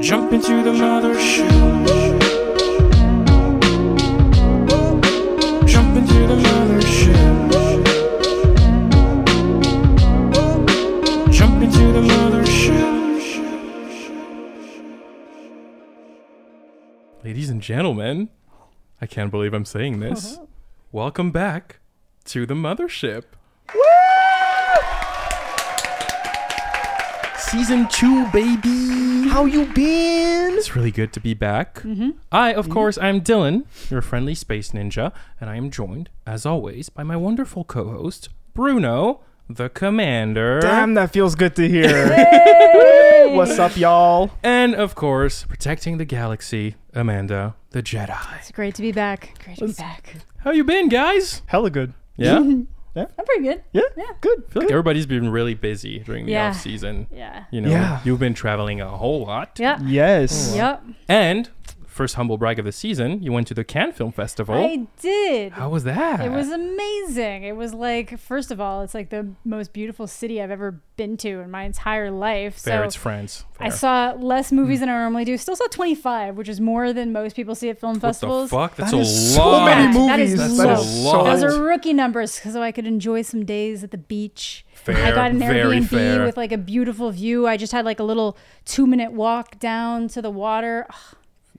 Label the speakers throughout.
Speaker 1: Jump into the mothership. Jump into the mothership. Jump into the mothership. Ladies and gentlemen, I can't believe I'm saying this. Welcome back to the mothership. Season two, baby.
Speaker 2: How you been? Mm-hmm.
Speaker 1: It's really good to be back. I, of course, I'm Dylan, your friendly space ninja, and I am joined, as always, by my wonderful co-host Bruno, the commander,
Speaker 2: Damn, that feels good to hear. What's up, y'all?
Speaker 1: and of course, protecting the galaxy, Amanda, the Jedi.
Speaker 3: It's great to be back. Great to be back.
Speaker 1: How you been, guys?
Speaker 2: Hella good.
Speaker 1: Yeah, feel
Speaker 3: I'm pretty good.
Speaker 2: Yeah, good.
Speaker 1: like
Speaker 2: good.
Speaker 1: everybody's been really busy during the
Speaker 3: Yeah.
Speaker 1: off season.
Speaker 3: Yeah.
Speaker 1: You know,
Speaker 2: Yeah.
Speaker 1: you've been traveling a whole lot,
Speaker 3: Yeah.
Speaker 2: Yes.
Speaker 3: Yep.
Speaker 1: and first humble brag of the season, you went to the Cannes Film Festival.
Speaker 3: I did.
Speaker 1: Oh. How was that?
Speaker 3: It was amazing. It was like, first of all, it's like the most beautiful city I've ever been to in my entire life.
Speaker 1: fair. Hmm.
Speaker 3: so
Speaker 1: it's France.
Speaker 3: I
Speaker 1: Fair.
Speaker 3: saw less movies than I normally do. Still saw 25, which is more than most people see at film festivals.
Speaker 1: What the fuck? That's
Speaker 2: That
Speaker 1: a
Speaker 2: is
Speaker 1: lot.
Speaker 2: so many
Speaker 3: That- that
Speaker 2: movies.
Speaker 3: is
Speaker 2: that
Speaker 3: so-
Speaker 2: is
Speaker 1: lot.
Speaker 3: Those
Speaker 1: Those
Speaker 3: are rookie numbers, so I could enjoy some days at the beach. I
Speaker 1: Fair,
Speaker 3: got an
Speaker 1: very
Speaker 3: Airbnb
Speaker 1: fair.
Speaker 3: with like a beautiful view. I just had like a little two minute walk down to the water. Ugh,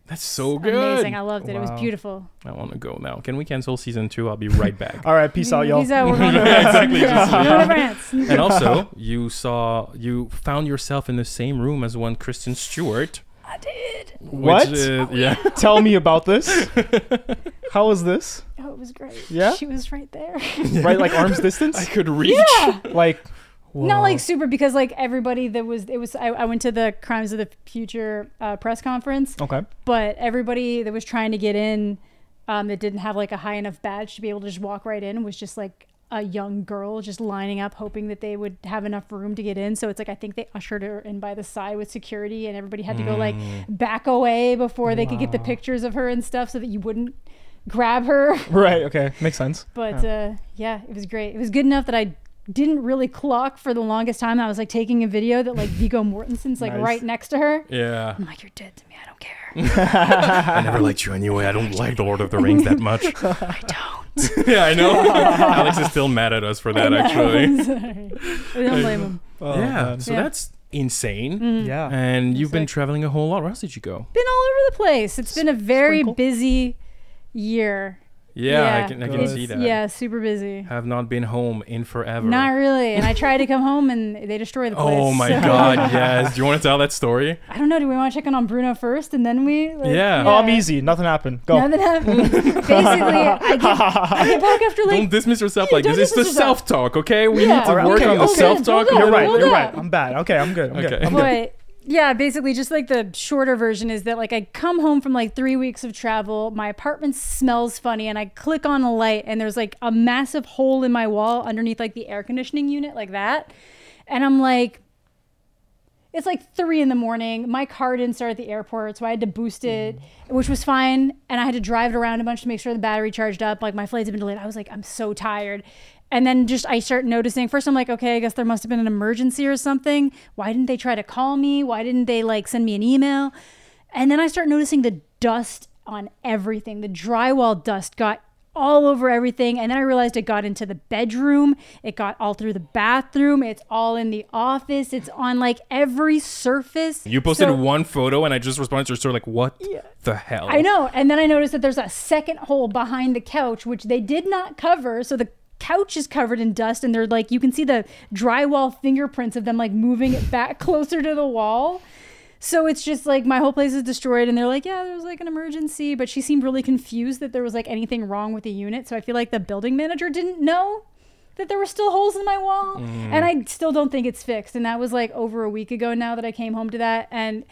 Speaker 1: That's so good.
Speaker 3: amazing. I loved it. It was beautiful.
Speaker 1: I want to go now. Can we cancel season two? I'll be right back.
Speaker 2: All right, peace out, y'all.
Speaker 3: Peace out. We're going to
Speaker 1: exactly.
Speaker 3: France.
Speaker 1: Just-
Speaker 3: We're going to France.
Speaker 1: and also, you saw you found yourself in the same room as one Kristen Stewart.
Speaker 3: I did.
Speaker 1: which
Speaker 2: What?
Speaker 1: is- yeah.
Speaker 2: Tell me about this. How was this?
Speaker 3: Oh, it was great.
Speaker 2: Yeah?
Speaker 3: She was right there.
Speaker 2: Right, like arm's distance.
Speaker 1: I could reach.
Speaker 2: Like,
Speaker 3: Not like super because like everybody that was it was I, I went to the Crimes of the Future uh, press conference
Speaker 2: okay.
Speaker 3: but everybody that was trying to get in um, that didn't have like a high enough badge to be able to just walk right in was just like a young girl just lining up hoping that they would have enough room to get in so it's like i think they ushered her in by the side with security and everybody had to go like back away before they could get the pictures of her and stuff so that you wouldn't grab her
Speaker 2: Right. Okay. Makes sense.
Speaker 3: but uh, yeah it was great it was good enough that i didn't really clock for the longest time i was like taking a video that like vigo mortensen's like
Speaker 2: Nice.
Speaker 3: right next to her
Speaker 1: Yeah.
Speaker 3: i'm like you're dead to me i don't care
Speaker 1: I never liked you anyway. I don't like the Lord of the Rings that much. I don't. yeah, I know. Alex is still mad at us for that, actually.
Speaker 3: I'm sorry. I don't blame him.
Speaker 2: Oh,
Speaker 1: Yeah.
Speaker 2: man.
Speaker 1: So
Speaker 3: Yeah.
Speaker 1: that's insane.
Speaker 3: Mm.
Speaker 2: Yeah.
Speaker 1: And you've been
Speaker 3: Exactly.
Speaker 1: traveling a whole lot. Where else did you go?
Speaker 3: Been all over the place. It's been a very
Speaker 2: Sprinkle.
Speaker 3: busy year.
Speaker 1: Yeah, I
Speaker 3: Yeah.
Speaker 1: can, I can
Speaker 2: Good.
Speaker 1: see
Speaker 3: It's-
Speaker 1: that.
Speaker 3: Yeah, super busy.
Speaker 1: Have not been home in forever.
Speaker 3: Not really. And I tried to come home and they destroy the place.
Speaker 1: Oh my
Speaker 3: so-
Speaker 1: god, yes. Do you want to tell that story?
Speaker 3: I don't know. Do we want to check in on Bruno first and then we? Like,
Speaker 1: Yeah.
Speaker 2: Oh, I'm easy. Nothing happened. Go.
Speaker 3: Nothing happened. Basically, I get, I get back after
Speaker 1: don't
Speaker 3: like.
Speaker 1: dismiss yourself
Speaker 3: yeah,
Speaker 1: like this.
Speaker 3: don't
Speaker 1: It's the
Speaker 3: dismiss yourself.
Speaker 1: self talk, okay? We
Speaker 3: Yeah.
Speaker 1: need to
Speaker 2: Alright,
Speaker 1: work
Speaker 2: okay,
Speaker 1: on the
Speaker 2: okay.
Speaker 1: self talk.
Speaker 3: Hold
Speaker 2: You're right.
Speaker 3: Hold
Speaker 2: You're
Speaker 3: up.
Speaker 2: right. I'm bad. Okay. I'm good. I'm
Speaker 1: Okay.
Speaker 2: good. I'm good.
Speaker 3: But yeah, basically, just like the shorter version is that like I come home from like three weeks of travel, my apartment smells funny, and I click on a light, and there's like a massive hole in my wall underneath like the air conditioning unit, like that. And I'm like, it's like three in the morning. My car didn't start at the airport, so I had to boost it, which was fine. And I had to drive it around a bunch to make sure the battery charged up. Like my flights had been delayed. I was like, I'm so tired. And then just I start noticing. First, I'm like, okay, I guess there must have been an emergency or something. Why didn't they try to call me? Why didn't they like send me an email? And then I start noticing the dust on everything. The drywall dust got all over everything. And then I realized it got into the bedroom, it got all through the bathroom, it's all in the office, it's on like every surface.
Speaker 1: You posted
Speaker 3: So-
Speaker 1: one photo and I just responded to your story like what the hell?
Speaker 3: I know. And then I noticed that there's a second hole behind the couch, which they did not cover. So the couch is covered in dust and they're like you can see the drywall fingerprints of them like moving it back closer to the wall so it's just like my whole place is destroyed and they're like yeah there was like an emergency but she seemed really confused that there was like anything wrong with the unit so i feel like the building manager didn't know that there were still holes in my wall and i still don't think it's fixed and that was like over a week ago now that i came home to that and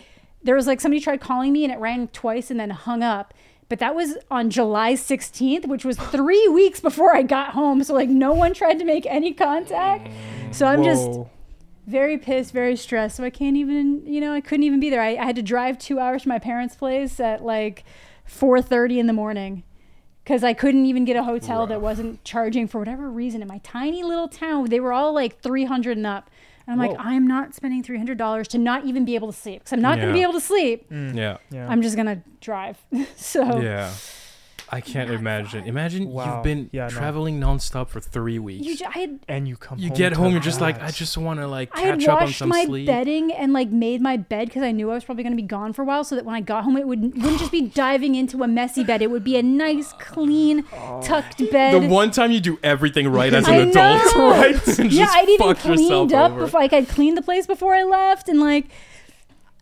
Speaker 3: there was like somebody tried calling me and it rang twice and then hung up but that was on july 16th which was three weeks before i got home so like no one tried to make any contact so i'm just
Speaker 2: Whoa.
Speaker 3: very pissed very stressed so i can't even you know i couldn't even be there i, I had to drive two hours to my parents place at like 4.30 in the morning because I couldn't even get a hotel that wasn't charging for whatever reason in my tiny little town. They were all like 300 and up. And I'm like, I'm not spending $300 to not even be able to sleep because I'm not going
Speaker 1: Yeah.
Speaker 3: to be able to sleep.
Speaker 1: Yeah.
Speaker 2: Yeah.
Speaker 3: I'm just going to drive. so,
Speaker 1: Yeah. I can't imagine. Imagine
Speaker 2: Wow.
Speaker 1: you've been
Speaker 2: Yeah, no.
Speaker 1: traveling nonstop for three weeks.
Speaker 3: you,
Speaker 1: You,
Speaker 3: ju- I had
Speaker 2: and you come. home
Speaker 1: get
Speaker 2: to
Speaker 1: home, you're just like,
Speaker 2: that.
Speaker 1: I just want to like
Speaker 3: I had
Speaker 1: catch up on
Speaker 3: washed
Speaker 1: some
Speaker 3: my
Speaker 1: sleep.
Speaker 3: bedding and like made my bed because I knew I was probably going to be gone for a while, so that when I got home, it would wouldn't just be diving into a messy bed. It would be a nice, clean, tucked
Speaker 1: Oh. The
Speaker 3: bed.
Speaker 1: one time you do everything right as an
Speaker 3: I
Speaker 1: adult,
Speaker 3: know.
Speaker 1: right? And
Speaker 3: yeah,
Speaker 1: just
Speaker 3: I'd even
Speaker 1: fuck yourself
Speaker 3: cleaned up
Speaker 1: over.
Speaker 3: before, like I'd cleaned the place before I left, and like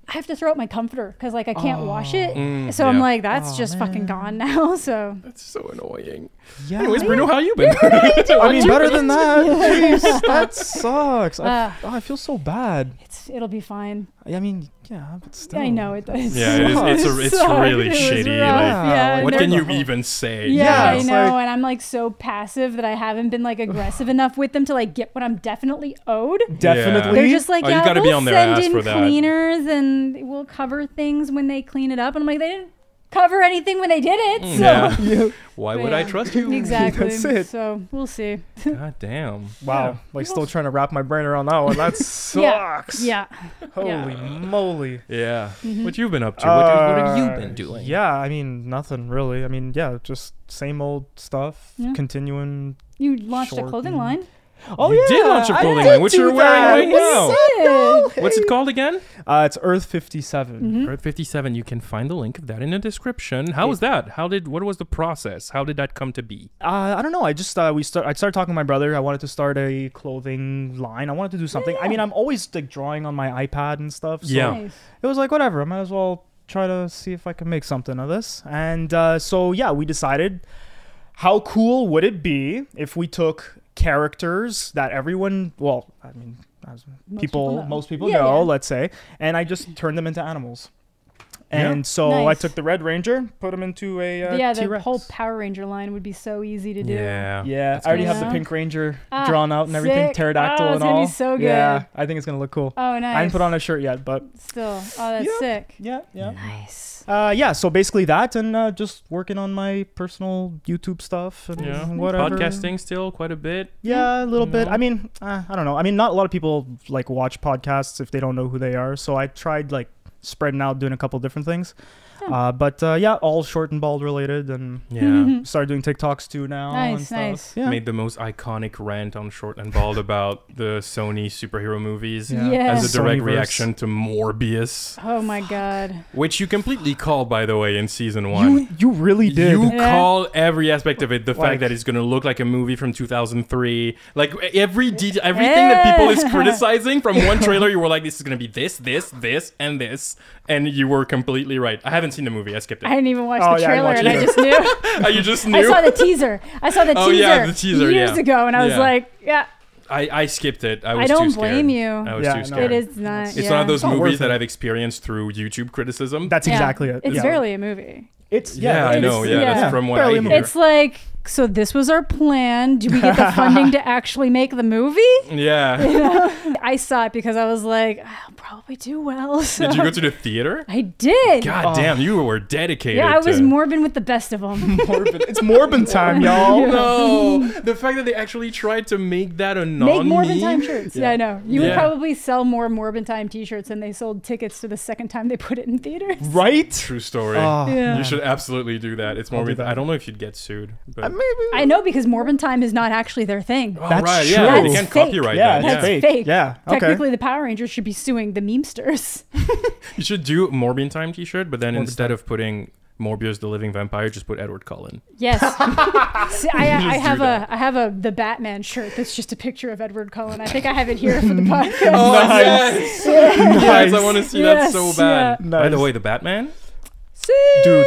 Speaker 3: I have to throw out my comforter because like I can't wash it.
Speaker 1: Mm,
Speaker 3: so I'm
Speaker 1: yeah.
Speaker 3: like, that's
Speaker 2: Aw,
Speaker 3: just fucking
Speaker 2: man.
Speaker 3: gone now. So
Speaker 1: That's so annoying.
Speaker 2: yeah.
Speaker 1: Anyways, Bruno, how you been?
Speaker 2: I mean, better than that. Jeez, that sucks.
Speaker 3: Uh,
Speaker 2: I, f- oh, I feel so bad.
Speaker 3: it's it'll be fine.
Speaker 2: I mean, yeah, but still.
Speaker 3: I know it does.
Speaker 1: Yeah, it is- it's a- it's
Speaker 3: sucked.
Speaker 1: really
Speaker 3: It was
Speaker 1: shitty, like,
Speaker 3: rough. yeah,
Speaker 1: what
Speaker 3: and
Speaker 1: can
Speaker 3: there's-
Speaker 1: you even say?
Speaker 3: Yeah,
Speaker 2: Yeah,
Speaker 3: I
Speaker 2: it's
Speaker 3: know,
Speaker 2: like-
Speaker 3: and I'm like so passive that I haven't been like aggressive enough with them to like get what I'm definitely owed.
Speaker 2: Definitely.
Speaker 3: They're just like,
Speaker 1: Oh, you
Speaker 3: yeah,
Speaker 1: gotta be
Speaker 3: we'll
Speaker 1: on their
Speaker 3: send
Speaker 1: ass
Speaker 3: in
Speaker 1: for that."
Speaker 3: cleaners and we'll cover things when they clean it up. And I'm like, they didn't cover anything when they did it. So
Speaker 1: Mm, Yeah.
Speaker 2: Yeah.
Speaker 1: Why
Speaker 3: But
Speaker 1: would I
Speaker 3: yeah.
Speaker 1: trust you?
Speaker 3: exactly.
Speaker 2: That's it.
Speaker 3: So we'll see.
Speaker 1: God damn.
Speaker 2: Wow.
Speaker 1: Yeah.
Speaker 2: Like, still trying to wrap my brain around that one. That sucks.
Speaker 3: Yeah. mm-hmm.
Speaker 2: Holy moly.
Speaker 1: Yeah. What you been up to? What, what have you
Speaker 2: Uh,
Speaker 1: been doing?
Speaker 2: Yeah, I mean, nothing really. I mean, yeah, just same old stuff,
Speaker 3: Yeah.
Speaker 2: continuing.
Speaker 3: You launched a clothing
Speaker 2: Shortened.
Speaker 3: line.
Speaker 2: Oh,
Speaker 1: You did launch a
Speaker 2: I
Speaker 1: clothing
Speaker 2: did
Speaker 1: line, which
Speaker 2: do
Speaker 1: you're wearing
Speaker 2: that.
Speaker 1: right now.
Speaker 3: Good.
Speaker 1: What's it called again?
Speaker 2: Uh, it's Earth 57.
Speaker 3: Mm-hmm.
Speaker 1: Earth 57. You can find the link of that in the description. How was that? How did what was the process? How did that come to be?
Speaker 2: Uh, I don't know. I just uh, we start. I started talking to my brother. I wanted to start a clothing line. I wanted to do something. I mean, I'm always like drawing on my iPad and stuff. So
Speaker 1: Yeah.
Speaker 3: Nice.
Speaker 2: it was like whatever. I might as well try to see if I can make something of this. And uh, so yeah, we decided how cool would it be if we took characters that everyone, well, I mean, as people,
Speaker 3: Most people know.
Speaker 2: most people
Speaker 3: Yeah,
Speaker 2: know,
Speaker 3: yeah.
Speaker 2: let's say, and I just turned them into animals.
Speaker 1: Yeah.
Speaker 2: And so I
Speaker 3: Nice.
Speaker 2: took the Red Ranger, put him into a uh,
Speaker 3: But yeah, the
Speaker 2: T-Rex.
Speaker 3: whole Power Ranger line would be so easy to do.
Speaker 1: Yeah.
Speaker 2: Yeah, I already
Speaker 3: gonna
Speaker 2: have the
Speaker 3: suck.
Speaker 2: Pink Ranger
Speaker 3: Ah,
Speaker 2: drawn out and everything,
Speaker 3: sick.
Speaker 2: pterodactyl
Speaker 3: Oh, it's
Speaker 2: and
Speaker 3: gonna be
Speaker 2: all.
Speaker 3: so good.
Speaker 2: Yeah, I think it's gonna look cool.
Speaker 3: Oh, nice.
Speaker 2: I haven't put on a shirt yet, but
Speaker 3: Still. Oh, that's
Speaker 2: Yeah.
Speaker 3: sick.
Speaker 2: yeah, yeah.
Speaker 3: Nice.
Speaker 2: Uh, yeah, so basically that, and uh, just working on my personal YouTube stuff and
Speaker 1: Yeah.
Speaker 3: Mm-hmm.
Speaker 2: whatever.
Speaker 1: Podcasting still quite a bit.
Speaker 2: Yeah, a little bit.
Speaker 1: No.
Speaker 2: I mean, uh, I don't know. I mean, not a lot of people like watch podcasts if they don't know who they are. So I tried like spreading out, doing a couple different things.
Speaker 3: Hmm.
Speaker 2: Uh, but uh, yeah, all short and bald related, and
Speaker 1: Yeah.
Speaker 2: started doing TikToks too now. and
Speaker 3: Nice,
Speaker 2: stuff.
Speaker 3: nice.
Speaker 2: Yeah.
Speaker 1: Made the most iconic rant on Short and Bald about the Sony superhero movies.
Speaker 2: Yeah.
Speaker 3: Yes.
Speaker 1: As a direct
Speaker 2: Sonyverse.
Speaker 1: reaction to Morbius,
Speaker 3: Oh my god.
Speaker 1: which you completely called, by the way, in season one.
Speaker 2: You you really did.
Speaker 1: You
Speaker 3: Yeah.
Speaker 1: call every aspect of it the
Speaker 2: Like-
Speaker 1: fact that it's going to look like a movie from 2003. Like e, every detail, everything that people is
Speaker 3: Yeah.
Speaker 1: criticizing from one trailer, you were like, this is going to be this, this, this, and this. And you were completely right. I haven't seen the movie. I skipped
Speaker 3: I
Speaker 1: it.
Speaker 3: didn't even watch
Speaker 2: Oh,
Speaker 3: the
Speaker 2: yeah, I
Speaker 3: trailer
Speaker 2: watched
Speaker 3: and I
Speaker 2: it.
Speaker 3: just knew.
Speaker 1: you just
Speaker 3: I
Speaker 1: knew.
Speaker 3: saw
Speaker 1: I,
Speaker 3: the teaser. I saw the
Speaker 1: Oh,
Speaker 3: teaser,
Speaker 1: yeah, the teaser,
Speaker 3: years
Speaker 1: yeah.
Speaker 3: ago, and I was
Speaker 1: Yeah.
Speaker 3: like, yeah,
Speaker 1: I, skipped it. I
Speaker 3: I
Speaker 1: was
Speaker 3: don't
Speaker 1: too scared.
Speaker 3: blame you.
Speaker 1: I was
Speaker 2: Yeah,
Speaker 1: too
Speaker 2: no.
Speaker 1: scared.
Speaker 3: it is not.
Speaker 1: It's
Speaker 3: yeah.
Speaker 1: one of those
Speaker 2: It's not
Speaker 1: movies
Speaker 2: worth
Speaker 1: that
Speaker 2: it.
Speaker 1: I've experienced through YouTube criticism.
Speaker 2: That's
Speaker 3: Yeah.
Speaker 2: exactly it.
Speaker 3: It's
Speaker 2: yeah.
Speaker 3: barely a movie.
Speaker 2: It's
Speaker 1: yeah, I
Speaker 2: it's-
Speaker 1: know. Yeah,
Speaker 3: yeah.
Speaker 1: that's from what
Speaker 2: Barely
Speaker 1: I
Speaker 2: a
Speaker 1: hear.
Speaker 2: movie.
Speaker 3: It's like, so this was our plan. Do we get the funding to actually make the movie?
Speaker 1: yeah.
Speaker 3: I saw it because I was like, "Ah, I'll probably do well. So
Speaker 1: Did you go to the theater?
Speaker 3: I did.
Speaker 1: God
Speaker 2: Oh.
Speaker 1: damn, you were dedicated.
Speaker 3: yeah, I was
Speaker 1: to-
Speaker 3: Morbin with the best of them.
Speaker 2: Morbin. It's Morbin time, y'all.
Speaker 1: no, the fact that they actually tried to make that a
Speaker 3: Make
Speaker 1: non
Speaker 3: Morbin time shirts. Yeah. I know. You would
Speaker 1: Yeah.
Speaker 3: probably sell more Morbin time T-shirts than they sold tickets to the second time they put it in theaters.
Speaker 2: Right?
Speaker 1: True story.
Speaker 2: Ah,
Speaker 3: Yeah.
Speaker 1: you should absolutely do that. It's
Speaker 2: I'll
Speaker 1: more.
Speaker 2: do
Speaker 1: with-
Speaker 2: that.
Speaker 1: I don't know if you'd get sued. But.
Speaker 2: uh, Maybe.
Speaker 3: I know because Morbin time is not actually their thing.
Speaker 1: Oh,
Speaker 2: That's
Speaker 1: right,
Speaker 2: true.
Speaker 1: Yeah, they
Speaker 2: That's
Speaker 1: can
Speaker 3: fake.
Speaker 1: copyright
Speaker 2: yeah,
Speaker 1: that.
Speaker 2: it's
Speaker 1: Yeah.
Speaker 3: That's
Speaker 2: fake.
Speaker 3: fake.
Speaker 2: Yeah. Okay.
Speaker 3: Technically, the Power Rangers should be suing the memesters.
Speaker 1: You should do Morbian time T-shirt, but then
Speaker 2: Morbin
Speaker 1: instead
Speaker 2: Time.
Speaker 1: of putting Morbius the Living Vampire, just put Edward Cullen.
Speaker 3: Yes, See, I, I
Speaker 1: do
Speaker 3: have a
Speaker 1: that.
Speaker 3: I have a the Batman shirt that's just a picture of Edward Cullen. I think I have it here for the
Speaker 2: Oh,
Speaker 3: podcast.
Speaker 1: Oh, yes, yes, I want to see
Speaker 3: Yes,
Speaker 1: that so bad.
Speaker 2: yeah.
Speaker 1: By the
Speaker 2: Nice.
Speaker 1: way, the Batman,
Speaker 3: Sick.
Speaker 2: Dude,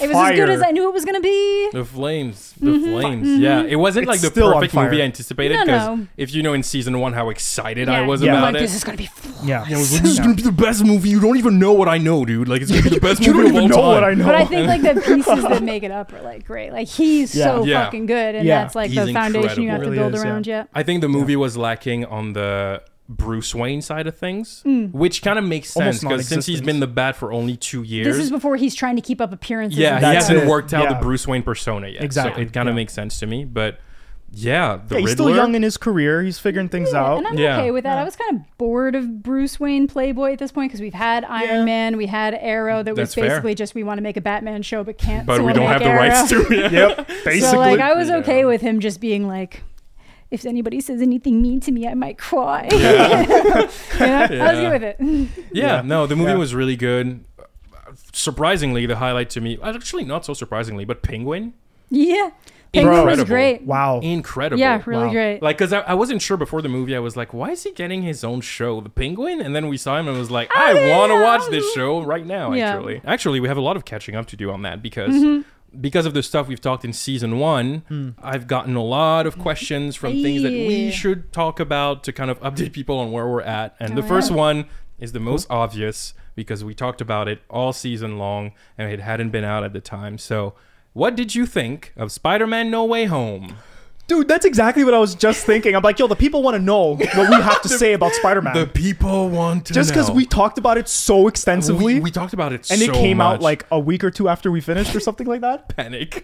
Speaker 3: it was as good as
Speaker 2: fire.
Speaker 3: I knew it was gonna be.
Speaker 1: the flames, the flames. Yeah, it wasn't
Speaker 2: Mm-hmm. It's
Speaker 1: like the
Speaker 2: still on
Speaker 1: perfect
Speaker 2: fire.
Speaker 1: movie I anticipated
Speaker 3: No,
Speaker 1: because
Speaker 3: no.
Speaker 1: if you know in season one how excited I
Speaker 3: Yeah.
Speaker 1: was
Speaker 2: Yeah.
Speaker 1: about
Speaker 3: Like,
Speaker 1: it,
Speaker 3: this is gonna be. Fl-
Speaker 2: Yeah.
Speaker 1: Yeah, I was like, this is gonna be the best movie. You don't even know what I know, dude. Like it's gonna be the best
Speaker 2: you
Speaker 1: movie
Speaker 2: don't even
Speaker 1: of
Speaker 2: know
Speaker 1: all
Speaker 2: what I
Speaker 1: time.
Speaker 2: know.
Speaker 3: but I think like the pieces that make it up are like great. Like he's
Speaker 2: Yeah.
Speaker 3: so
Speaker 1: Yeah.
Speaker 3: fucking good, and
Speaker 2: Yeah.
Speaker 3: that's like
Speaker 1: He's
Speaker 3: the foundation you have
Speaker 2: incredible.
Speaker 3: to build
Speaker 2: Really is, yeah.
Speaker 3: around yet.
Speaker 1: I think the movie was lacking on the Bruce Wayne side of things, which kind of makes sense
Speaker 2: Hmm. Almost
Speaker 1: because since he's
Speaker 2: non-existent.
Speaker 1: been the bat for only two years,
Speaker 3: This is before he's trying to keep up appearances.
Speaker 1: yeah,
Speaker 3: and
Speaker 1: he
Speaker 2: That's
Speaker 1: hasn't
Speaker 2: it.
Speaker 1: worked out the
Speaker 2: Yeah.
Speaker 1: Bruce Wayne persona yet.
Speaker 2: Exactly.
Speaker 1: so it kind of
Speaker 2: Yeah.
Speaker 1: makes sense to me, but. Yeah, the
Speaker 2: yeah, he's
Speaker 1: Riddler.
Speaker 2: still young in his career. He's figuring things
Speaker 3: Yeah,
Speaker 2: out.
Speaker 3: And I'm
Speaker 1: Yeah.
Speaker 3: okay with that. I was kind of bored of Bruce Wayne Playboy at this point because we've had Iron
Speaker 2: Yeah.
Speaker 3: Man, we had Arrow. That
Speaker 1: That's
Speaker 3: was
Speaker 1: fair.
Speaker 3: basically just we want to make a Batman show, but can't.
Speaker 1: but
Speaker 3: so
Speaker 1: we
Speaker 3: we'll
Speaker 1: don't
Speaker 3: make
Speaker 1: have the
Speaker 3: Arrow.
Speaker 1: rights to it.
Speaker 2: Yep, basically.
Speaker 3: So like, I was
Speaker 1: Yeah.
Speaker 3: okay with him just being like. If anybody says anything mean to me, I might cry. You know? I was
Speaker 1: Yeah.
Speaker 3: good with it.
Speaker 1: Yeah,
Speaker 2: Yeah.
Speaker 1: no, the movie
Speaker 2: Yeah.
Speaker 1: was really good. Surprisingly, the highlight to me, actually not so surprisingly, but Penguin,
Speaker 3: yeah, Penguin was
Speaker 1: Incredible.
Speaker 3: great.
Speaker 2: wow.
Speaker 1: incredible.
Speaker 3: Yeah, really
Speaker 2: Wow.
Speaker 3: great.
Speaker 1: Like, cause I, I wasn't sure before the movie. I was like, why is he getting his own show, The Penguin? And then we saw him and was like, I want to watch this show right now.
Speaker 3: Yeah. Mm-hmm.
Speaker 1: Actually, actually, we have a lot of catching up to do on that because. Because of the stuff we've talked in season one, I've gotten a lot of questions from things that we
Speaker 3: Yeah.
Speaker 1: should talk about to kind of update people on where we're at. And
Speaker 3: Oh,
Speaker 1: the first one is the most obvious because we talked about it all season long and it hadn't been out at the time. So, what did you think of Spider Man No Way Home?
Speaker 2: Dude, that's exactly what I was just thinking. I'm like, yo, the people want to know what we have to say about Spider Man.
Speaker 1: The people want to
Speaker 2: just because
Speaker 1: know.
Speaker 2: we talked about it so extensively.
Speaker 1: we, we talked about it
Speaker 2: and
Speaker 1: so
Speaker 2: it came
Speaker 1: much.
Speaker 2: out like a week or two after we finished or something like that.
Speaker 1: panic.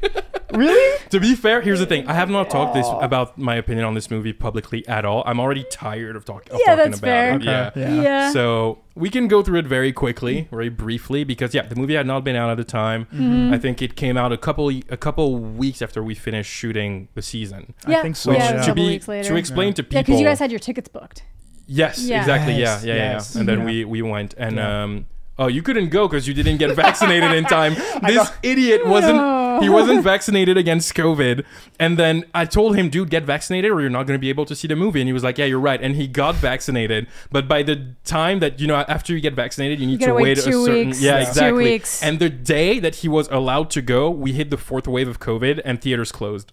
Speaker 2: Really?
Speaker 1: to be fair, here's the thing: I have not talked this about my opinion on this movie publicly at all. I'm already tired of, talk- of
Speaker 3: Yeah,
Speaker 1: talking
Speaker 3: that's
Speaker 1: about
Speaker 3: fair.
Speaker 1: it.
Speaker 3: Okay.
Speaker 1: Yeah.
Speaker 2: Yeah.
Speaker 3: yeah.
Speaker 1: So we can go through it very quickly, very briefly, because yeah, the movie had not been out at the time.
Speaker 3: Mm-hmm.
Speaker 1: I think it came out a couple a couple weeks after we finished shooting the season.
Speaker 2: I think so,
Speaker 1: Which
Speaker 2: yeah.
Speaker 3: it was a
Speaker 1: to
Speaker 3: couple
Speaker 1: be
Speaker 3: weeks later.
Speaker 1: to explain to people,
Speaker 3: Yeah, because you guys had your tickets booked.
Speaker 1: Yes,
Speaker 3: Yeah.
Speaker 1: exactly.
Speaker 2: Yes,
Speaker 1: yeah, yeah, yeah,
Speaker 2: yes.
Speaker 1: yeah. And then
Speaker 2: Yeah.
Speaker 1: we we went and
Speaker 2: Yeah.
Speaker 1: um oh, you couldn't go cuz you didn't get vaccinated in time. This idiot wasn't he
Speaker 3: No.
Speaker 1: wasn't vaccinated against COVID. And then I told him, "Dude, get vaccinated or you're not going to be able to see the movie." And he was like, "Yeah, you're right." And he got vaccinated, but by the time that you know after you get vaccinated, you need
Speaker 3: gotta
Speaker 1: to
Speaker 3: wait
Speaker 1: wait, a
Speaker 3: two
Speaker 1: certain
Speaker 3: weeks,
Speaker 1: yeah,
Speaker 3: two
Speaker 1: exactly.
Speaker 3: weeks.
Speaker 1: And the day that he was allowed to go, we hit the fourth wave of COVID and theaters closed.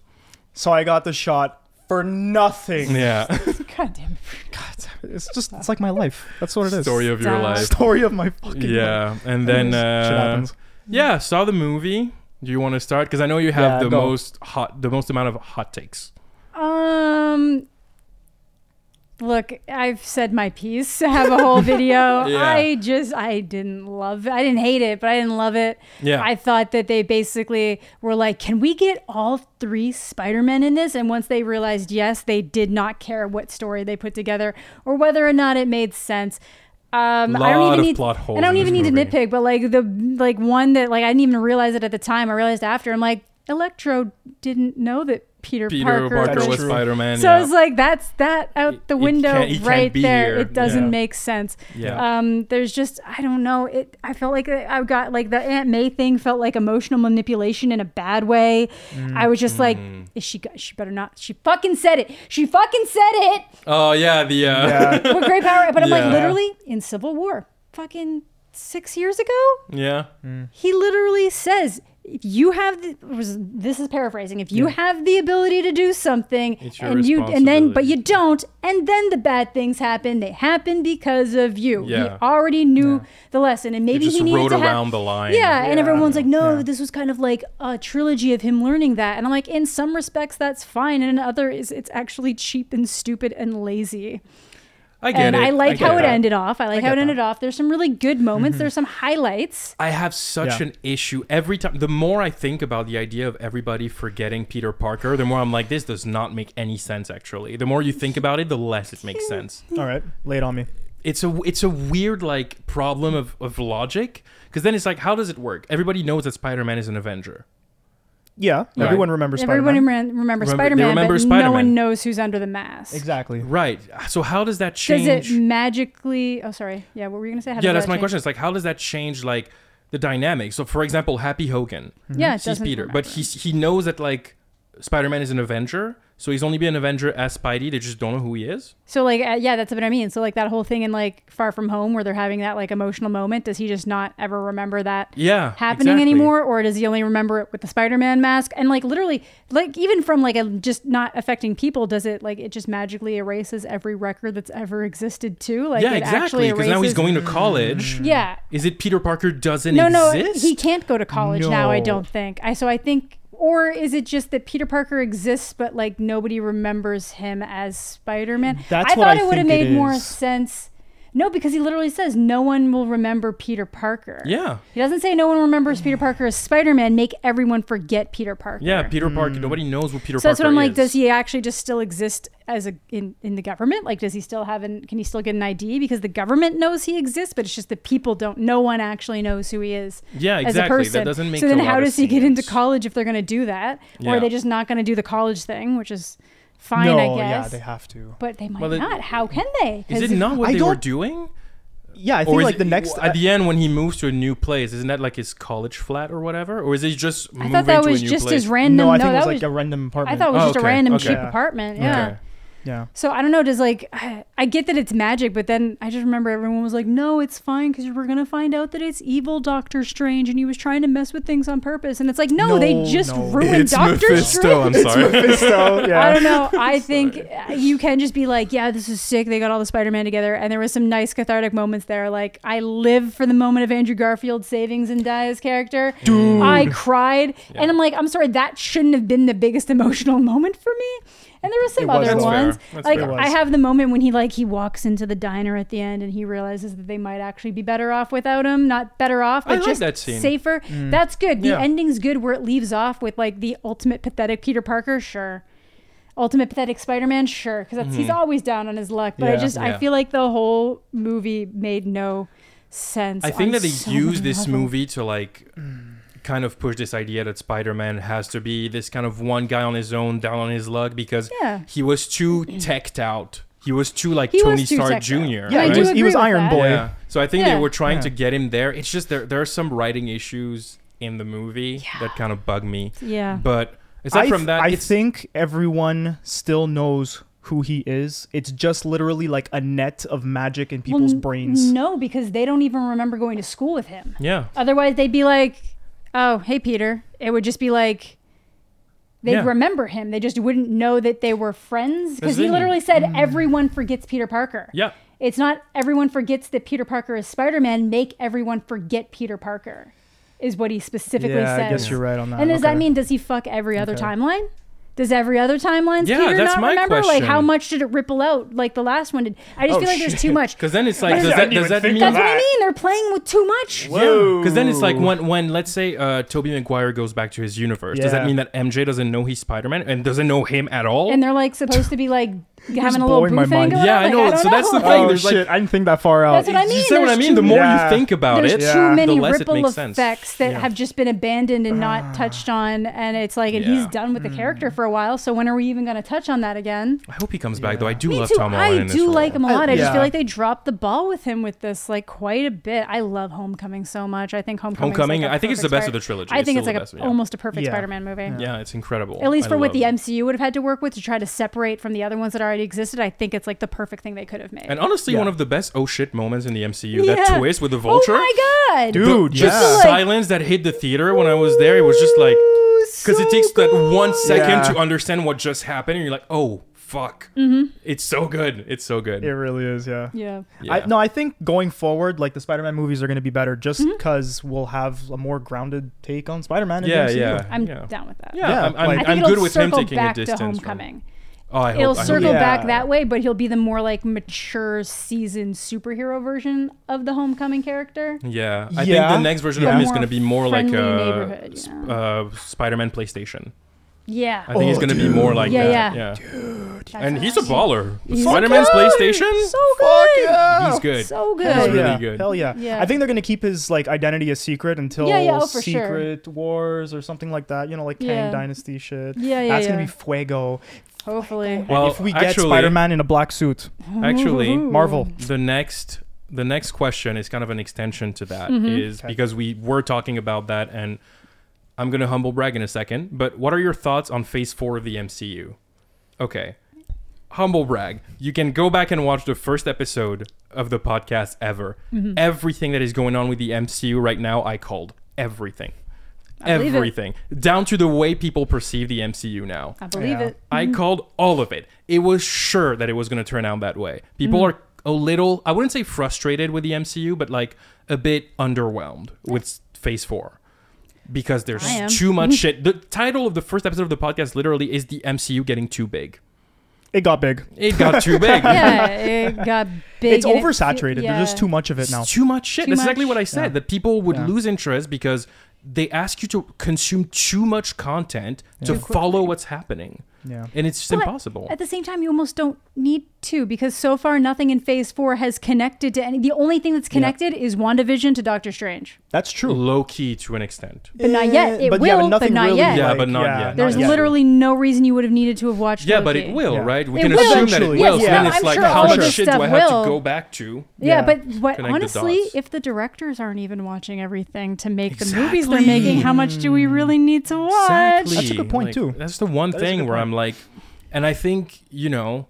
Speaker 2: So I got the shot for nothing.
Speaker 1: Yeah.
Speaker 3: God damn it.
Speaker 2: It's just it's like my life. That's what it is.
Speaker 1: Story of your
Speaker 3: Damn.
Speaker 1: life.
Speaker 2: Story of my fucking life.
Speaker 1: Yeah. And then
Speaker 2: Anyways, shit
Speaker 1: uh,
Speaker 2: happens.
Speaker 1: Yeah, saw the movie. Do you want to start? Because I know you have
Speaker 2: Yeah,
Speaker 1: the
Speaker 2: go.
Speaker 1: most hot, the most amount of hot takes.
Speaker 3: Um, look, I've said my piece. I have a whole video.
Speaker 1: Yeah.
Speaker 3: I just, I didn't love it. I didn't hate it, but I didn't love it.
Speaker 1: Yeah.
Speaker 3: I thought that they basically were like, can we get all three Spider-Men in this? And once they realized yes, they did not care what story they put together or whether or not it made sense. Um, I don't
Speaker 1: Lot
Speaker 3: even
Speaker 1: of
Speaker 3: need,
Speaker 1: plot holes
Speaker 3: and I don't
Speaker 1: in
Speaker 3: even
Speaker 1: this
Speaker 3: need
Speaker 1: movie.
Speaker 3: to nitpick, but like the like one that like I didn't even realize it at the time. I realized after. I'm like, Electro didn't know that Peter,
Speaker 1: Peter Parker,
Speaker 2: That's
Speaker 1: was
Speaker 2: true.
Speaker 1: Spider Man.
Speaker 3: so
Speaker 1: yeah.
Speaker 3: I was like, that's that out the
Speaker 1: It- it
Speaker 3: window
Speaker 1: can't- it can't
Speaker 3: right
Speaker 1: be
Speaker 3: there.
Speaker 1: here.
Speaker 3: It doesn't
Speaker 1: Yeah.
Speaker 3: make sense.
Speaker 1: Yeah.
Speaker 3: Um, there's just I don't know. It I felt like I got like the Aunt May thing felt like emotional manipulation in a bad way. I was just like,
Speaker 1: Mm-hmm.
Speaker 3: is she go- she better not. She fucking said it. She fucking said it.
Speaker 1: oh yeah, the uh, yeah.
Speaker 2: Yeah.
Speaker 3: With great power, but I'm
Speaker 1: Yeah.
Speaker 3: like literally in Civil War, fucking six years ago. He literally says, if you have the, was, this is paraphrasing, if you have the ability to do something
Speaker 1: It's your
Speaker 3: and you and then but
Speaker 1: responsibility.
Speaker 3: you don't and then the bad things happen, they happen because of you.
Speaker 1: Yeah.
Speaker 3: He already knew the lesson and maybe
Speaker 1: just
Speaker 3: he needed
Speaker 1: rode
Speaker 3: to have-
Speaker 1: around the line.
Speaker 3: Yeah, and
Speaker 2: Yeah.
Speaker 3: everyone's like, "No,
Speaker 2: Yeah.
Speaker 3: this was kind of like a trilogy of him learning that." And I'm like, "In some respects that's fine, and in other is it's actually cheap and stupid and lazy."
Speaker 1: I get
Speaker 3: And
Speaker 1: it.
Speaker 3: I like
Speaker 1: get
Speaker 3: how it
Speaker 1: that. Mm-hmm.
Speaker 3: ended off. I like how
Speaker 2: get
Speaker 3: it
Speaker 2: that.
Speaker 3: ended off. There's some really good moments, there's some highlights.
Speaker 1: I have such
Speaker 2: Yeah.
Speaker 1: an issue every time. The more I think about the idea of everybody forgetting Peter Parker, the more I'm like, this does not make any sense. Actually, the more you think about it, the less it makes sense.
Speaker 2: All right. Lay it on me.
Speaker 1: it's a it's a weird like problem of, of logic because then it's like how does it work everybody knows that spider-man is an avenger
Speaker 2: Yeah.
Speaker 1: Right.
Speaker 2: Everyone remembers Spider Man.
Speaker 3: Everyone remem- remembers
Speaker 1: Remember- they
Speaker 3: Spider Man,
Speaker 1: remember
Speaker 3: but no
Speaker 1: Spider-Man.
Speaker 3: one knows who's under the mask.
Speaker 2: exactly.
Speaker 1: right so how does that
Speaker 3: Does
Speaker 1: change
Speaker 3: it magically? Oh, sorry. Yeah, what were you gonna say? How
Speaker 1: yeah
Speaker 3: does
Speaker 1: that's
Speaker 3: that
Speaker 1: my
Speaker 3: change?
Speaker 1: question it's like how does that change like the dynamic so for example happy hogan
Speaker 3: Yeah, it
Speaker 1: sees
Speaker 3: doesn't
Speaker 1: peter but
Speaker 3: remember.
Speaker 1: he he knows that like spider-man is an avenger so he's only been an avenger as spidey they just don't know who he is
Speaker 3: So like, uh, yeah, that's what I mean. So like that whole thing in like Far From Home where they're having that like emotional moment. Does he just not ever remember that?
Speaker 1: yeah
Speaker 3: happening
Speaker 1: exactly.
Speaker 3: anymore or does he only remember it with the spider-man mask and like literally like even from like a just not affecting people does it like it just magically erases every record that's ever existed too like
Speaker 1: yeah
Speaker 3: it actually
Speaker 1: exactly because now he's
Speaker 3: erases-
Speaker 1: going to college
Speaker 3: yeah
Speaker 1: is it peter parker doesn't
Speaker 3: no no
Speaker 1: exist
Speaker 3: he can't go to college now i
Speaker 2: No.
Speaker 3: don't think i so i think or is it just that peter parker exists but like nobody remembers him as spider-man
Speaker 2: That's
Speaker 3: i
Speaker 2: what
Speaker 3: thought
Speaker 2: I
Speaker 3: it would have
Speaker 2: think it
Speaker 3: made more
Speaker 2: is.
Speaker 3: sense No, because he literally says no one will remember Peter Parker.
Speaker 1: Yeah.
Speaker 3: He doesn't say no one remembers Peter Parker as Spider Man. Make everyone forget Peter Parker.
Speaker 1: Yeah, Peter Parker. Nobody knows what Peter Parker
Speaker 3: So that's what I'm like.
Speaker 1: is.
Speaker 3: Does he actually just still exist as a in, in the government? Like, does he still have an? Can he still get an ID because the government knows he exists, but it's just the people don't. No one actually knows who he is.
Speaker 1: Yeah,
Speaker 3: as a
Speaker 1: exactly. That
Speaker 3: person.
Speaker 1: doesn't make
Speaker 3: So then,
Speaker 1: a lot
Speaker 3: how
Speaker 1: of
Speaker 3: does he get into
Speaker 1: sense.
Speaker 3: college if they're going to do that, or
Speaker 1: Yeah.
Speaker 3: are they just not going to do the college thing, which is fine,
Speaker 2: no,
Speaker 3: I
Speaker 2: yeah,
Speaker 3: guess.
Speaker 2: they have to.
Speaker 3: but they might
Speaker 1: Well, it-
Speaker 3: not. How can they?
Speaker 1: Is
Speaker 3: 'Cause
Speaker 1: it not what
Speaker 2: I
Speaker 1: they were
Speaker 2: don't-
Speaker 1: doing?
Speaker 2: Yeah, I think
Speaker 1: is
Speaker 2: like
Speaker 1: it-
Speaker 2: the next.
Speaker 1: at the end when he moves to a new place, isn't that like his college flat or whatever? Or is he just
Speaker 3: I
Speaker 1: moving
Speaker 3: thought that
Speaker 1: to
Speaker 3: was
Speaker 1: a new
Speaker 3: just
Speaker 1: place?
Speaker 3: his random.
Speaker 2: no, I think it was
Speaker 3: that
Speaker 2: like
Speaker 3: was.
Speaker 2: a random apartment.
Speaker 3: I thought it was
Speaker 1: Oh,
Speaker 3: just
Speaker 1: okay,
Speaker 3: a random
Speaker 1: okay.
Speaker 3: cheap
Speaker 2: Yeah.
Speaker 3: apartment.
Speaker 1: Okay.
Speaker 3: Yeah.
Speaker 2: yeah.
Speaker 3: So I don't know. Does like I- I get that it's magic, but then I just remember everyone was like, "No, it's fine because we're gonna find out that it's evil Doctor Strange and he was trying to mess with things on purpose." And it's like, no, they
Speaker 2: No,
Speaker 3: just
Speaker 2: no.
Speaker 3: ruined Doctor Strange.
Speaker 1: I'm sorry.
Speaker 2: Mephisto, yeah.
Speaker 3: I don't know. I think uh, you can just be like, yeah, this is sick. They got all the Spider-Man together, and there was some nice cathartic moments there. Like I live for the moment of Andrew Garfield savings and Dia's character.
Speaker 1: Mm.
Speaker 3: Dude, I cried, and I'm like, I'm sorry, that shouldn't have been the biggest emotional moment for me. And there were some
Speaker 2: It was.
Speaker 3: other
Speaker 2: That's
Speaker 1: fair.
Speaker 3: ones.
Speaker 1: That's
Speaker 3: Like
Speaker 1: fair.
Speaker 3: I have the moment when he like he walks into the diner at the end, and he realizes that they might actually be better off without him. Not better off,
Speaker 1: I
Speaker 3: but
Speaker 1: like
Speaker 3: just
Speaker 1: that scene. Mm.
Speaker 3: safer. That's good. The
Speaker 1: Yeah.
Speaker 3: ending's good where it leaves off with like the ultimate pathetic Peter Parker. Sure. Ultimate pathetic Spider-Man, sure, because he's always down on his luck. But I
Speaker 2: Yeah.
Speaker 3: just
Speaker 1: Mm-hmm. Yeah.
Speaker 3: I feel like the whole movie made no sense.
Speaker 1: I think
Speaker 3: on
Speaker 1: that they
Speaker 3: so
Speaker 1: use
Speaker 3: many
Speaker 1: this
Speaker 3: levels.
Speaker 1: movie to like kind of push this idea that Spider-Man has to be this kind of one guy on his own, down on his luck, because
Speaker 3: Yeah.
Speaker 1: he was too teched out. He was too like
Speaker 3: He was
Speaker 1: Tony
Speaker 3: too
Speaker 1: Stark
Speaker 3: teched
Speaker 1: Jr.
Speaker 3: out.
Speaker 2: Yeah,
Speaker 3: I
Speaker 1: right?
Speaker 2: he
Speaker 3: do
Speaker 2: was, he
Speaker 3: agree
Speaker 2: was
Speaker 3: with
Speaker 2: Iron
Speaker 3: that.
Speaker 2: Boy.
Speaker 1: Yeah. So I think
Speaker 3: Yeah.
Speaker 1: they were trying
Speaker 2: Yeah.
Speaker 1: to get him there. It's just there there are some writing issues in the movie that kind of bug me.
Speaker 3: Yeah.
Speaker 1: But aside
Speaker 2: I,
Speaker 1: from that,
Speaker 2: I
Speaker 1: it's
Speaker 2: think everyone still knows who he is. It's just literally like a net of magic in people's
Speaker 3: n-
Speaker 2: brains.
Speaker 3: No, because they don't even remember going to school with him.
Speaker 1: yeah.
Speaker 3: Otherwise, they'd be like, "Oh, hey, Peter." It would just be like they'd
Speaker 1: Yeah.
Speaker 3: remember him. They just wouldn't know that they were friends
Speaker 1: That's
Speaker 3: because
Speaker 1: the
Speaker 3: he
Speaker 1: thing.
Speaker 3: literally said, "Everyone forgets Peter Parker."
Speaker 1: Yeah.
Speaker 3: It's not everyone forgets that Peter Parker is Spider Man. Make everyone forget Peter Parker, is what he specifically
Speaker 2: yeah,
Speaker 3: says.
Speaker 2: I guess you're right on that.
Speaker 3: And does that
Speaker 2: Okay.
Speaker 3: mean does he fuck every other
Speaker 2: Okay.
Speaker 3: timeline? Does every other timeline
Speaker 1: Yeah,
Speaker 3: Peter
Speaker 1: that's
Speaker 3: not
Speaker 1: my
Speaker 3: remember? Like
Speaker 1: question.
Speaker 3: how much did it ripple out? Like the last one did. I just
Speaker 2: Oh,
Speaker 3: feel like there's too much.
Speaker 1: Because then it's like,
Speaker 2: I
Speaker 1: does that,
Speaker 2: didn't
Speaker 1: does
Speaker 2: even
Speaker 1: that
Speaker 2: think
Speaker 1: mean?
Speaker 3: That's what I
Speaker 2: Back.
Speaker 3: mean. They're playing with too much.
Speaker 1: Because then it's like
Speaker 2: Oh.
Speaker 1: when, when let's say uh, Toby Maguire goes back to his universe. Does that
Speaker 2: Yeah.
Speaker 1: mean that MJ doesn't know he's Spider Man and doesn't know him at all?
Speaker 3: And they're like supposed to be like having a little
Speaker 2: blowing my
Speaker 3: booth thing
Speaker 2: mind.
Speaker 3: going
Speaker 1: Yeah,
Speaker 3: on.
Speaker 1: I
Speaker 3: Like,
Speaker 1: know.
Speaker 3: don't
Speaker 1: So that's the
Speaker 3: know.
Speaker 1: thing.
Speaker 2: Oh
Speaker 1: there's, like-
Speaker 2: shit! I didn't think that far out.
Speaker 3: That's what I mean.
Speaker 1: you see what I
Speaker 3: There's
Speaker 1: mean? The
Speaker 3: too
Speaker 1: more
Speaker 2: many-
Speaker 1: you think about
Speaker 3: There's
Speaker 1: it,
Speaker 2: Yeah.
Speaker 3: too many
Speaker 1: the less it
Speaker 3: ripple
Speaker 1: makes sense.
Speaker 3: effects that
Speaker 1: Yeah.
Speaker 3: have just been abandoned and not touched on, and it's like, and he's
Speaker 1: Yeah.
Speaker 3: done with the character for a while. So when are we even going to touch on that again?
Speaker 1: I hope he comes back though. I do
Speaker 3: Me
Speaker 1: love
Speaker 3: too.
Speaker 1: Tom Holland.
Speaker 3: I
Speaker 1: in this
Speaker 3: do
Speaker 1: role.
Speaker 3: like him a
Speaker 2: I-
Speaker 3: lot. I just
Speaker 2: yeah.
Speaker 3: feel like they dropped the ball with him with this like quite a bit. I love Homecoming so much. I think Homecoming.
Speaker 1: Homecoming,
Speaker 3: Like a
Speaker 1: I think it's the
Speaker 3: perfect
Speaker 1: best of
Speaker 3: Spider-
Speaker 1: the trilogy.
Speaker 3: I
Speaker 1: It's
Speaker 3: think
Speaker 1: still
Speaker 3: it's like
Speaker 1: the
Speaker 3: a,
Speaker 1: best, yeah.
Speaker 3: almost a perfect
Speaker 2: Yeah.
Speaker 3: Spider-Man movie.
Speaker 1: Yeah, it's incredible.
Speaker 3: At least
Speaker 1: I
Speaker 3: for what
Speaker 1: love
Speaker 3: the
Speaker 1: it.
Speaker 3: MCU would have had to work with to try to separate from the other ones that already existed, I think it's like the perfect thing they could have made.
Speaker 1: And honestly,
Speaker 2: Yeah.
Speaker 1: one of the best oh shit moments in the MCU. That
Speaker 3: Yeah.
Speaker 1: twist with the vulture.
Speaker 3: Oh my god,
Speaker 2: Dude,
Speaker 1: Just
Speaker 2: yeah.
Speaker 3: like-
Speaker 1: silence that hit the theater when I was there. It was just like because it takes that one second
Speaker 2: Yeah.
Speaker 1: to understand what just happened, and you're like, oh fuck,
Speaker 3: Mm-hmm.
Speaker 1: it's so good, it's so good.
Speaker 2: It really is. Yeah.
Speaker 3: Yeah.
Speaker 2: I,
Speaker 1: Yeah.
Speaker 2: no, I think going forward, like the Spider-Man movies are going to be better, just
Speaker 3: Mm-hmm.
Speaker 2: because we'll have a more grounded take on Spider-Man. in the
Speaker 1: yeah,
Speaker 2: MCU.
Speaker 1: yeah,
Speaker 3: I'm
Speaker 1: yeah.
Speaker 3: down with that.
Speaker 1: Yeah,
Speaker 2: Yeah,
Speaker 1: I'm, I'm,
Speaker 2: like- I
Speaker 3: I think
Speaker 1: I'm
Speaker 3: it'll
Speaker 1: good with him
Speaker 3: circle
Speaker 1: taking
Speaker 3: back
Speaker 1: a distance.
Speaker 3: to
Speaker 1: from-
Speaker 3: Homecoming.
Speaker 1: Oh, I hope,
Speaker 3: It'll
Speaker 1: I hope-
Speaker 3: circle
Speaker 2: Yeah.
Speaker 3: back that way, but he'll be the more like mature seasoned superhero version of the Homecoming character.
Speaker 1: Yeah, I think
Speaker 2: Yeah.
Speaker 1: the next version of
Speaker 2: Yeah.
Speaker 1: him is
Speaker 3: More
Speaker 1: going to be more like
Speaker 3: friendly
Speaker 1: a
Speaker 3: neighborhood,
Speaker 1: sp-
Speaker 3: you know?
Speaker 1: uh, Spider-Man PlayStation.
Speaker 3: Yeah.
Speaker 1: I think he's
Speaker 2: Oh,
Speaker 1: going to be more like
Speaker 3: Yeah,
Speaker 1: that.
Speaker 3: yeah. That's
Speaker 1: And he's a
Speaker 3: awesome.
Speaker 1: baller.
Speaker 3: He's
Speaker 1: Spider-Man's
Speaker 3: so good.
Speaker 1: PlayStation.
Speaker 3: So good.
Speaker 1: He's good.
Speaker 3: So
Speaker 2: Hell
Speaker 1: He's
Speaker 3: good.
Speaker 1: really
Speaker 2: yeah.
Speaker 1: good.
Speaker 2: Hell yeah.
Speaker 3: Yeah.
Speaker 2: I think they're gonna keep his like identity a secret until
Speaker 3: Yeah, yeah, oh, for sure.
Speaker 2: Secret Wars or something like that. You know, like Kang
Speaker 3: Yeah.
Speaker 2: Dynasty shit.
Speaker 3: Yeah, yeah,
Speaker 2: That's
Speaker 3: yeah.
Speaker 2: gonna be fuego.
Speaker 3: Hopefully.
Speaker 1: Well,
Speaker 2: and if we get
Speaker 1: actually-
Speaker 2: Spider-Man in a black suit,
Speaker 1: Actually,
Speaker 2: Marvel.
Speaker 1: the next the next question is kind of an extension to that. Is
Speaker 2: Okay.
Speaker 3: Mm-hmm.
Speaker 1: because we were talking about that and I'm going to humble brag in a second, but what are your thoughts on phase 4 of the MCU? Okay. Humble brag. You can go back and watch the first episode of the podcast ever.
Speaker 3: Mm-hmm.
Speaker 1: Everything that is going on with the MCU right now, I called everything.
Speaker 3: believe it.
Speaker 1: Everything. Down to the way people perceive the MCU now.
Speaker 3: I
Speaker 2: Yeah.
Speaker 3: believe it.
Speaker 1: I called all of it. It was sure that it was going to turn out that way. People
Speaker 3: Mm.
Speaker 1: are a little, I wouldn't say frustrated with the MCU, but like a bit underwhelmed with Phase 4 because there's
Speaker 3: I am.
Speaker 1: too much shit. The title of the first episode of the podcast literally is The MCU Getting Too Big.
Speaker 2: it got big.
Speaker 1: It got too big.
Speaker 3: yeah, it got big.
Speaker 2: It's
Speaker 3: and it-
Speaker 2: oversaturated.
Speaker 3: yeah.
Speaker 2: There's just too much of it
Speaker 1: It's
Speaker 2: now.
Speaker 1: too much shit.
Speaker 3: Too
Speaker 1: That's
Speaker 3: much.
Speaker 1: exactly what I said.
Speaker 2: Yeah.
Speaker 1: That people would
Speaker 2: Yeah.
Speaker 1: lose interest because they ask you to consume too much content to
Speaker 3: Too quickly.
Speaker 1: follow what's happening,
Speaker 2: Yeah.
Speaker 1: and it's just
Speaker 3: But
Speaker 1: impossible.
Speaker 3: At the same time, you almost don't need to because so far nothing in Phase Four has connected to any. The only thing that's connected is WandaVision to Doctor Strange.
Speaker 2: That's true.
Speaker 1: Low key to an extent.
Speaker 3: But not yet.
Speaker 2: Eh,
Speaker 3: It
Speaker 2: but yeah,
Speaker 3: will, but
Speaker 2: nothing
Speaker 3: not
Speaker 2: really,
Speaker 3: yet.
Speaker 1: Yeah, but not yet. Not
Speaker 3: There's
Speaker 1: yet.
Speaker 3: literally no reason you would have needed to have watched.
Speaker 1: Yeah, but
Speaker 3: Loki.
Speaker 1: it will,
Speaker 2: Yeah.
Speaker 1: right? We
Speaker 3: It
Speaker 1: can
Speaker 3: will.
Speaker 1: assume that it
Speaker 2: Eventually.
Speaker 1: will. so
Speaker 2: Yeah.
Speaker 1: then it's
Speaker 3: I'm
Speaker 1: like,
Speaker 3: sure
Speaker 1: how
Speaker 2: all
Speaker 1: much
Speaker 2: this
Speaker 1: shit do
Speaker 3: stuff
Speaker 1: I have
Speaker 3: will.
Speaker 1: to go back to?
Speaker 3: Yeah,
Speaker 2: Yeah.
Speaker 3: but what,
Speaker 1: Connect the
Speaker 3: honestly,
Speaker 1: dots.
Speaker 3: if the directors aren't even watching everything to make
Speaker 1: Exactly.
Speaker 3: the movies they're making, how much do we really need to watch?
Speaker 1: Exactly.
Speaker 2: That's a good point,
Speaker 1: Like,
Speaker 2: too.
Speaker 1: That's the one
Speaker 2: That is a
Speaker 1: thing
Speaker 2: good
Speaker 1: where
Speaker 2: point.
Speaker 1: I'm like, and I think you know,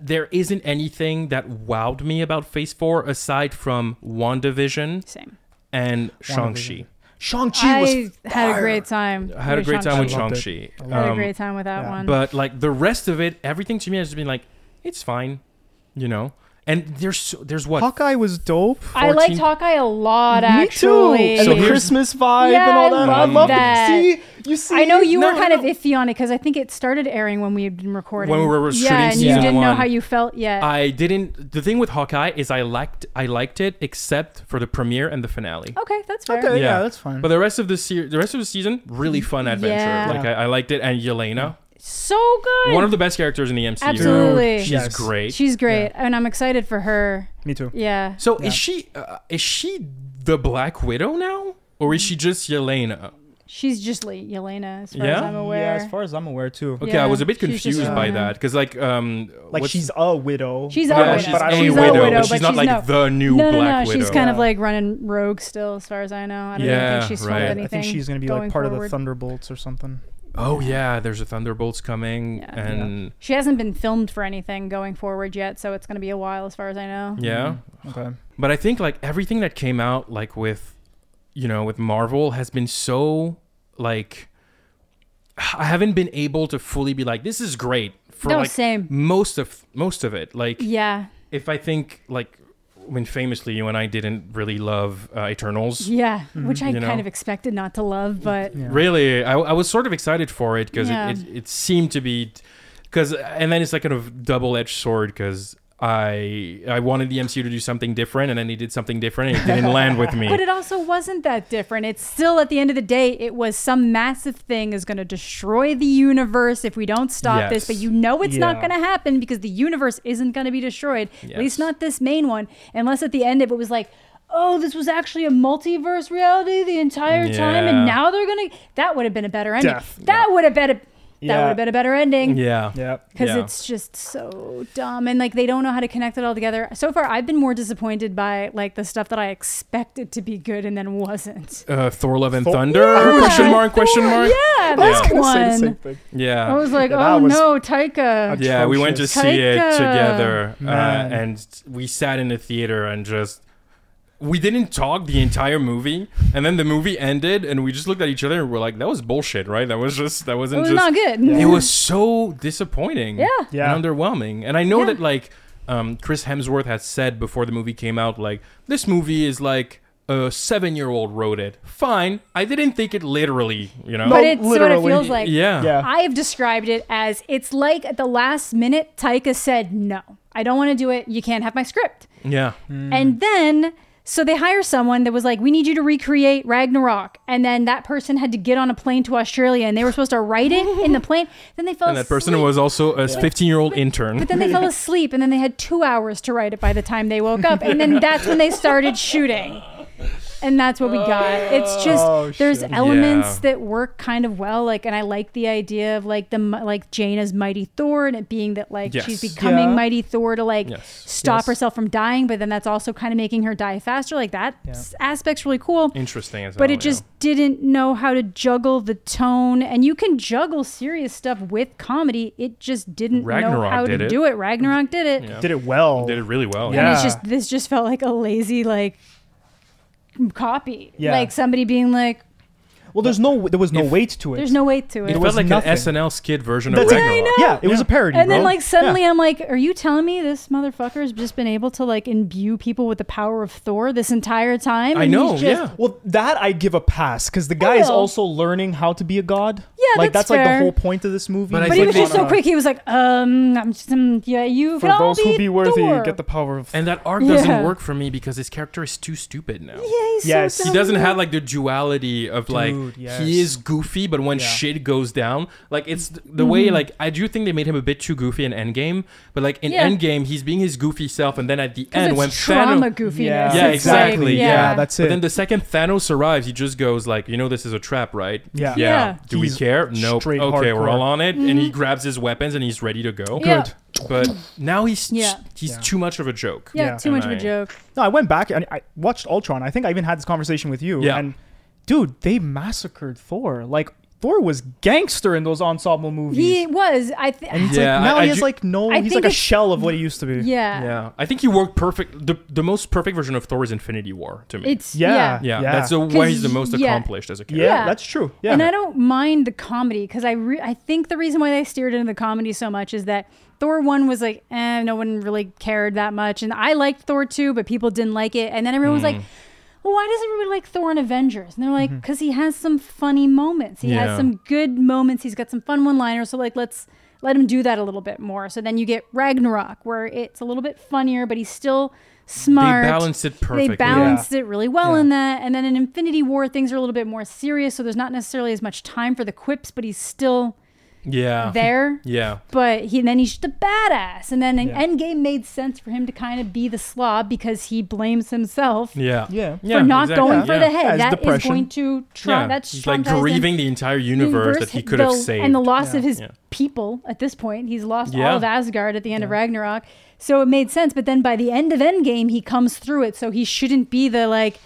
Speaker 1: there isn't anything that wowed me about Phase Four aside from WandaVision
Speaker 3: Same.
Speaker 1: and Shang Chi.
Speaker 2: Shang Chi
Speaker 3: I
Speaker 2: was.
Speaker 3: had a great time.
Speaker 1: I had a great time with Shang
Speaker 2: Shang-Chi.
Speaker 1: Chi.
Speaker 2: I loved it.
Speaker 3: Had a great time with that
Speaker 2: yeah.
Speaker 3: one.
Speaker 1: but like the rest of it, everything to me has just been like, it's fine, you know. And there's so, there's what
Speaker 2: Hawkeye was dope.
Speaker 3: I
Speaker 1: 14
Speaker 3: liked Hawkeye a lot,
Speaker 2: Me too.
Speaker 3: actually.
Speaker 2: And
Speaker 1: So
Speaker 2: the
Speaker 1: here's-
Speaker 2: Christmas vibe
Speaker 3: Yeah,
Speaker 2: and all
Speaker 3: I
Speaker 2: that. I
Speaker 1: love
Speaker 2: love
Speaker 3: that.
Speaker 2: it. See, you see.
Speaker 3: I know you
Speaker 1: No,
Speaker 3: were
Speaker 1: no,
Speaker 3: kind
Speaker 1: no.
Speaker 3: of iffy on it because I think it started airing when we had been recording.
Speaker 1: When we were shooting
Speaker 3: yeah, and you
Speaker 1: season
Speaker 3: didn't know
Speaker 1: one.
Speaker 3: how you felt yet.
Speaker 1: I didn't. The thing with Hawkeye is I liked I liked it except for the premiere and the finale.
Speaker 3: okay, that's fair.
Speaker 2: Okay, Oh, yeah,
Speaker 1: Yeah.
Speaker 2: that's fine.
Speaker 1: But the rest of the se- the rest of the season, really fun adventure.
Speaker 3: Yeah.
Speaker 1: Like I, I liked it, and Yelena,
Speaker 3: So good.
Speaker 1: one of the best characters in the MCU.
Speaker 3: Absolutely.
Speaker 1: she's
Speaker 2: Yes.
Speaker 1: great.
Speaker 3: She's great, and I'm excited for her.
Speaker 2: Me too.
Speaker 3: Yeah.
Speaker 1: so
Speaker 2: Yeah.
Speaker 1: is she uh, is she the Black Widow now, or is she just Yelena?
Speaker 3: She's just like Yelena, as far
Speaker 1: Yeah?
Speaker 3: as I'm aware.
Speaker 2: Yeah, as far as I'm aware too.
Speaker 1: Okay,
Speaker 3: Yeah,
Speaker 1: I was a bit
Speaker 3: she's just
Speaker 1: confused by
Speaker 3: Yelena.
Speaker 1: that because like um
Speaker 2: Like
Speaker 1: what's-
Speaker 2: she's a widow.
Speaker 3: She's a
Speaker 1: yeah,
Speaker 3: widow.
Speaker 1: she's
Speaker 3: But I
Speaker 1: a
Speaker 3: don't- She's
Speaker 1: widow,
Speaker 3: widow,
Speaker 1: but she's
Speaker 3: but
Speaker 1: not
Speaker 3: she's
Speaker 1: like
Speaker 3: no-
Speaker 1: the new
Speaker 3: no, no,
Speaker 1: Black
Speaker 3: no.
Speaker 1: Widow.
Speaker 3: She's kind of
Speaker 2: Yeah.
Speaker 3: like running rogue still, as far as I know. I don't even
Speaker 1: Yeah,
Speaker 3: think she's
Speaker 1: right.
Speaker 3: sold
Speaker 1: I
Speaker 3: anything.
Speaker 2: I think she's gonna be like
Speaker 3: going
Speaker 2: part of the
Speaker 3: forward.
Speaker 2: Thunderbolts or something.
Speaker 1: oh yeah, there's a Thunderbolts coming,
Speaker 3: Yeah.
Speaker 1: and
Speaker 3: She hasn't been filmed for anything going forward yet, so it's going to be a while, as far as I know.
Speaker 1: yeah.
Speaker 2: Okay.
Speaker 1: But I think like everything that came out like with you know with Marvel has been so like I haven't been able to fully be like this is great for
Speaker 3: no,
Speaker 1: like
Speaker 3: same.
Speaker 1: most of most of it. Like
Speaker 3: Yeah,
Speaker 1: if I think like when famously you and I didn't really love uh, Eternals.
Speaker 3: yeah, which I
Speaker 1: Mm-hmm. You know?
Speaker 3: kind of expected not to love, but
Speaker 2: Yeah.
Speaker 1: Really, I, I was sort of excited for it because
Speaker 3: Yeah.
Speaker 1: it, it it seemed to be because and then it's like kind of double edged sword because. I I wanted the MCU to do something different, and then they did something different, and it didn't land with me.
Speaker 3: but it also wasn't that different. It's still at the end of the day, it was some massive thing is going to destroy the universe if we don't stop this.
Speaker 1: Yes.
Speaker 3: But you know it's not
Speaker 2: Yeah.
Speaker 3: going to happen because the universe isn't going to be destroyed. At
Speaker 1: Yes.
Speaker 3: least not this main one, unless at the end of it was like. Oh, this was actually a multiverse reality the entire time,
Speaker 1: Yeah.
Speaker 3: and now they're gonna. That would have been a better ending.
Speaker 2: Death.
Speaker 3: That would have been a. That
Speaker 2: Yeah.
Speaker 3: would have been a better ending.
Speaker 1: yeah,
Speaker 2: Yeah.
Speaker 3: because
Speaker 1: Yeah.
Speaker 3: it's just so dumb and like they don't know how to connect it all together so far i've been more disappointed by like the stuff that i expected to be good and then wasn't
Speaker 1: uh, Thor: Love and
Speaker 2: Thor-
Speaker 1: Thunder?
Speaker 3: Oh, Yeah,
Speaker 1: question mark? Question mark?
Speaker 3: yeah
Speaker 2: I was
Speaker 3: that
Speaker 2: gonna say the
Speaker 3: one
Speaker 2: same thing.
Speaker 3: i
Speaker 1: Yeah,
Speaker 3: was like
Speaker 2: Yeah, that
Speaker 3: oh
Speaker 2: was
Speaker 3: no taika
Speaker 1: yeah. We went to
Speaker 2: atrocious.
Speaker 1: see it
Speaker 3: Taika.
Speaker 1: together, uh,
Speaker 2: Man.
Speaker 1: and we sat in the theater and just we didn't talk the entire movie, and then the movie ended, and we just looked at each other and we're like, "That was bullshit, right? That was just that
Speaker 3: it
Speaker 1: wasn't
Speaker 3: was
Speaker 1: just."
Speaker 3: not good
Speaker 2: Yeah.
Speaker 1: It was so disappointing.
Speaker 3: yeah
Speaker 2: Yeah.
Speaker 1: and underwhelming. And I know
Speaker 3: Yeah.
Speaker 1: that like um, Chris Hemsworth had said before the movie came out, like this movie is like a seven-year-old wrote it. Fine, I didn't think it literally, you know.
Speaker 3: but it sort of
Speaker 2: literally.
Speaker 3: feels like
Speaker 1: yeah,
Speaker 2: Yeah.
Speaker 3: I have described it as it's like at the last minute, Taika said, No, I don't want to do it. You can't have my script.
Speaker 1: yeah.
Speaker 3: Mm.
Speaker 1: Mm.
Speaker 3: And then, so they hire someone that was like, we need you to recreate Ragnarok. And then that person had to get on a plane to Australia and they were supposed to write it in the plane. Then they fell
Speaker 1: And that
Speaker 3: asleep.
Speaker 1: person was also a 15 year old intern.
Speaker 3: but then they fell asleep and then they had two hours to write it by the time they woke up. And then that's when they started shooting. And that's what we got. It's just
Speaker 2: Oh,
Speaker 3: there's
Speaker 2: shit.
Speaker 3: elements
Speaker 1: Yeah.
Speaker 3: that work kind of well, like, and I like the idea of like the mi- like Jaina's mighty Thor, and it being that like
Speaker 1: Yes.
Speaker 3: she's becoming
Speaker 2: Yeah.
Speaker 3: mighty Thor to like
Speaker 1: Yes.
Speaker 3: stop
Speaker 2: Yes.
Speaker 3: herself from dying, but then that's also kind of making her die faster. Like that
Speaker 2: Yeah.
Speaker 3: s- aspect's really cool.
Speaker 1: Interesting as
Speaker 3: But
Speaker 1: hell,
Speaker 3: it just didn't know how to juggle the tone, and you can juggle serious stuff with comedy. It just didn't know
Speaker 1: Ragnarok
Speaker 3: how
Speaker 1: did
Speaker 3: to
Speaker 1: it.
Speaker 3: do it. Ragnarok did it,
Speaker 1: yeah. Yeah.
Speaker 2: Did it well.
Speaker 1: Did it really well.
Speaker 3: and
Speaker 2: Yeah.
Speaker 3: it's just this just felt like a lazy like copy,
Speaker 2: Yeah.
Speaker 3: like somebody being like,
Speaker 2: Well, there's no. There was no weight to it.
Speaker 3: "There's no weight to
Speaker 1: It,
Speaker 3: it."
Speaker 1: felt
Speaker 2: was
Speaker 1: like
Speaker 2: nothing.
Speaker 1: an SNL skid version of
Speaker 2: That's it.
Speaker 1: Ragnarok.
Speaker 2: Yeah, it was a parody.
Speaker 3: And
Speaker 2: bro.
Speaker 3: then like suddenly
Speaker 2: Yeah.
Speaker 3: I'm like, are you telling me this motherfucker's just been able to like imbue people with the power of Thor this entire time?
Speaker 1: I
Speaker 3: And he's
Speaker 1: know,
Speaker 3: just-
Speaker 1: yeah.
Speaker 2: Well, that I give a pass because the guy is
Speaker 3: Well.
Speaker 2: also learning how to be a god.
Speaker 3: Yeah,
Speaker 2: like that's,
Speaker 3: that's
Speaker 2: like the
Speaker 3: fair.
Speaker 2: whole point of this movie.
Speaker 4: But I It's
Speaker 3: But he
Speaker 4: like
Speaker 3: was
Speaker 4: they-
Speaker 3: just so quick. He was like, um, I'm just, um, yeah, you
Speaker 2: For
Speaker 3: can all
Speaker 2: those who be worthy,
Speaker 3: Thor.
Speaker 2: get the power of.
Speaker 1: And that arc doesn't
Speaker 3: Yeah.
Speaker 1: work for me because his character is too stupid now.
Speaker 3: Yeah, he's
Speaker 2: Yes.
Speaker 3: so
Speaker 2: He
Speaker 1: He doesn't
Speaker 3: dumb.
Speaker 1: have like the duality of like
Speaker 2: Dude, yes.
Speaker 1: he is goofy, but when
Speaker 2: Yeah.
Speaker 1: shit goes down, like it's th- the
Speaker 3: Mm-hmm.
Speaker 1: way like I do think they made him a bit too goofy in Endgame, but like in
Speaker 3: Yeah.
Speaker 1: Endgame he's being his goofy self, and then at the
Speaker 3: 'Cause
Speaker 1: end
Speaker 3: it's
Speaker 1: when
Speaker 3: trauma
Speaker 1: Thanos,
Speaker 3: goofiness.
Speaker 2: Yeah,
Speaker 1: Yeah,
Speaker 3: It's like,
Speaker 1: exactly.
Speaker 2: Yeah,
Speaker 1: Yeah.
Speaker 2: that's
Speaker 1: but then
Speaker 2: it.
Speaker 1: the second Thanos arrives, he just goes like, you know, this is a trap, right?
Speaker 2: Yeah.
Speaker 1: Yeah.
Speaker 3: Yeah. Mm-hmm.
Speaker 1: Do we
Speaker 2: He's
Speaker 1: care? Nope.
Speaker 2: straight
Speaker 1: okay, we're
Speaker 2: hardcore.
Speaker 1: all on it, and he grabs his weapons and he's ready to go.
Speaker 3: Yeah.
Speaker 2: Good.
Speaker 1: But now he's
Speaker 3: Yeah.
Speaker 1: he's
Speaker 2: Yeah.
Speaker 1: too much of a joke.
Speaker 3: yeah,
Speaker 2: Yeah.
Speaker 3: too much of a
Speaker 1: And I-
Speaker 3: joke.
Speaker 2: No, I went back and I watched Ultron. I think I even had this conversation with you.
Speaker 1: Yeah.
Speaker 2: And dude, they massacred Thor. Like Thor was gangster in those ensemble movies.
Speaker 3: He was. I
Speaker 2: and
Speaker 3: th-
Speaker 2: he's
Speaker 1: Yeah,
Speaker 2: like now
Speaker 1: I- I
Speaker 2: he has
Speaker 1: do-
Speaker 2: like no.
Speaker 3: I
Speaker 2: he's
Speaker 3: think
Speaker 2: like a
Speaker 3: it's-
Speaker 2: shell of what he used to be.
Speaker 3: yeah.
Speaker 1: Yeah, I think he worked perfect. The the most perfect version of Thor is Infinity War to me.
Speaker 3: It's
Speaker 2: Yeah.
Speaker 3: yeah.
Speaker 1: yeah,
Speaker 2: yeah.
Speaker 1: that's the where
Speaker 3: 'Cause
Speaker 1: he's the most
Speaker 3: y- yeah.
Speaker 1: accomplished as a
Speaker 2: Yeah,
Speaker 1: character.
Speaker 3: Yeah.
Speaker 2: that's true. Yeah.
Speaker 3: And I don't mind the comedy because I re- I think the reason why they steered into the comedy so much is that Thor one was like, eh, no one really cared that much, and I liked Thor two, but people didn't like it, and then everyone was
Speaker 1: Mm.
Speaker 3: like. Well, why does everybody like Thor and Avengers? And they're like, because he has some funny moments. He
Speaker 1: Mm-hmm. Yeah.
Speaker 3: has some good moments. He's got some fun one-liners. So like, let's let him do that a little bit more. So then you get Ragnarok, where it's a little bit funnier, but he's still smart.
Speaker 1: They balanced it perfectly.
Speaker 3: They balanced it really well
Speaker 2: Yeah.
Speaker 3: in that. And then in Infinity War, things are a little bit more serious, so there's not necessarily as much time for the quips, but he's still
Speaker 1: yeah,
Speaker 3: there.
Speaker 1: yeah,
Speaker 3: But he then he's just a badass. And then in
Speaker 2: Yeah.
Speaker 3: Endgame made sense for him to kind of be the slob because he blames himself
Speaker 1: yeah,
Speaker 2: Yeah. For
Speaker 3: for not going for
Speaker 1: yeah.
Speaker 3: the
Speaker 2: That's
Speaker 3: head. That is
Speaker 2: depression.
Speaker 3: going to trauma.
Speaker 1: Yeah.
Speaker 3: That's
Speaker 1: He's like
Speaker 3: traumatized him.
Speaker 1: grieving the entire universe, that
Speaker 3: Universe,
Speaker 1: he could
Speaker 3: the-
Speaker 1: have saved.
Speaker 3: and the loss
Speaker 2: Yeah.
Speaker 3: of his
Speaker 1: Yeah.
Speaker 3: people at this point. He's lost
Speaker 1: Yeah.
Speaker 3: all of Asgard at the end of
Speaker 2: Yeah.
Speaker 3: Ragnarok, so it made sense. But then by the end of Endgame, he comes through it, so he shouldn't be the like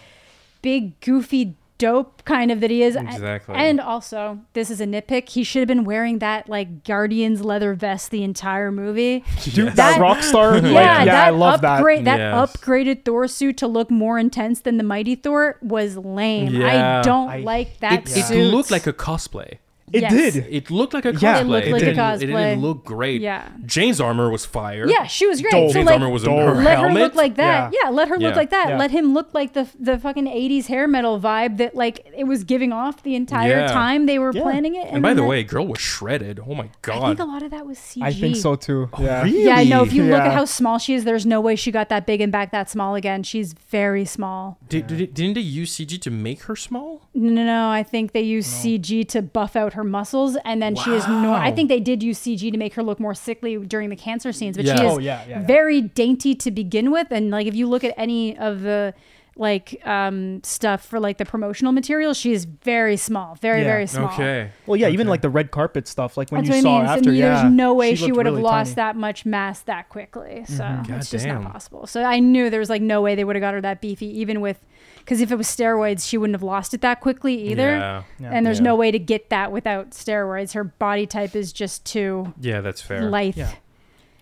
Speaker 3: big goofy dope kind of that he is. A-
Speaker 1: Exactly.
Speaker 3: And also, this is a nitpick. He should have been wearing that like Guardians leather vest the entire movie.
Speaker 2: Dude,
Speaker 1: Yes.
Speaker 2: that,
Speaker 3: That-
Speaker 2: rock star. like,
Speaker 3: Yeah,
Speaker 2: yeah,
Speaker 3: that
Speaker 2: I love
Speaker 3: upgrade, that.
Speaker 1: Yes.
Speaker 3: upgraded Thor suit to look more intense than the mighty Thor was lame.
Speaker 1: Yeah.
Speaker 3: I don't
Speaker 2: I-
Speaker 3: like that
Speaker 1: it,
Speaker 3: suit.
Speaker 1: it looked like a cosplay.
Speaker 2: that.
Speaker 3: Yes.
Speaker 2: It did.
Speaker 1: It looked like a cosplay.
Speaker 2: Yeah. It looked
Speaker 1: it
Speaker 2: like a
Speaker 1: didn't, It
Speaker 3: cosplay.
Speaker 1: didn't look great.
Speaker 3: Yeah.
Speaker 1: Jane's armor was fire.
Speaker 3: Yeah, she was great.
Speaker 2: Dope.
Speaker 3: So
Speaker 1: Jane's
Speaker 3: like,
Speaker 1: armor was in
Speaker 2: dope.
Speaker 1: her
Speaker 3: let
Speaker 1: helmet.
Speaker 3: her look like that.
Speaker 2: Yeah.
Speaker 3: Yeah, let her look
Speaker 1: Yeah.
Speaker 3: like that.
Speaker 2: Yeah.
Speaker 3: Let him look like the the fucking 80s hair metal vibe that like it was giving off the entire
Speaker 1: Yeah.
Speaker 3: time they were
Speaker 2: Yeah.
Speaker 3: planning it.
Speaker 1: and by
Speaker 3: then
Speaker 1: the
Speaker 3: that-
Speaker 1: way, girl was shredded. Oh my
Speaker 3: I think
Speaker 1: god.
Speaker 3: a lot of that was CG.
Speaker 2: I think so too. Yeah.
Speaker 1: really?
Speaker 3: Yeah, no, if you look
Speaker 2: Yeah.
Speaker 3: at how small she is, there's no way she got that big and back that small again. She's very small.
Speaker 1: Did, did, didn't they use CG to make her small?
Speaker 3: No, no, no. I think they used CG to buff out her muscles, and then she is. No, I
Speaker 1: Wow.
Speaker 3: think they did use CG to make her look more sickly during the cancer scenes, but
Speaker 1: Yeah.
Speaker 3: she is
Speaker 2: Oh, yeah, yeah, yeah.
Speaker 3: very dainty to begin with. And like, if you look at any of the like um stuff for like the promotional material, she is very small, very
Speaker 2: Yeah.
Speaker 3: very small.
Speaker 1: Okay.
Speaker 2: Well, yeah, even like the red carpet stuff, like when
Speaker 3: That's
Speaker 2: you
Speaker 3: what I
Speaker 2: saw
Speaker 3: mean.
Speaker 2: her
Speaker 3: so
Speaker 2: after. yeah,
Speaker 3: there's no way she,
Speaker 2: looked
Speaker 3: would have
Speaker 2: really
Speaker 3: lost
Speaker 2: tiny. Mm-hmm.
Speaker 3: that much mass that quickly. So it's just
Speaker 1: Goddamn.
Speaker 3: not possible. So I knew there was like no way they would have got her that beefy, even with because if it was steroids, she wouldn't have lost it that quickly either.
Speaker 1: Yeah.
Speaker 2: Yeah.
Speaker 3: And there's
Speaker 1: Yeah.
Speaker 3: no way to get that without steroids. Her body type is just too
Speaker 1: Yeah, that's fair.
Speaker 3: lithe.
Speaker 2: Yeah.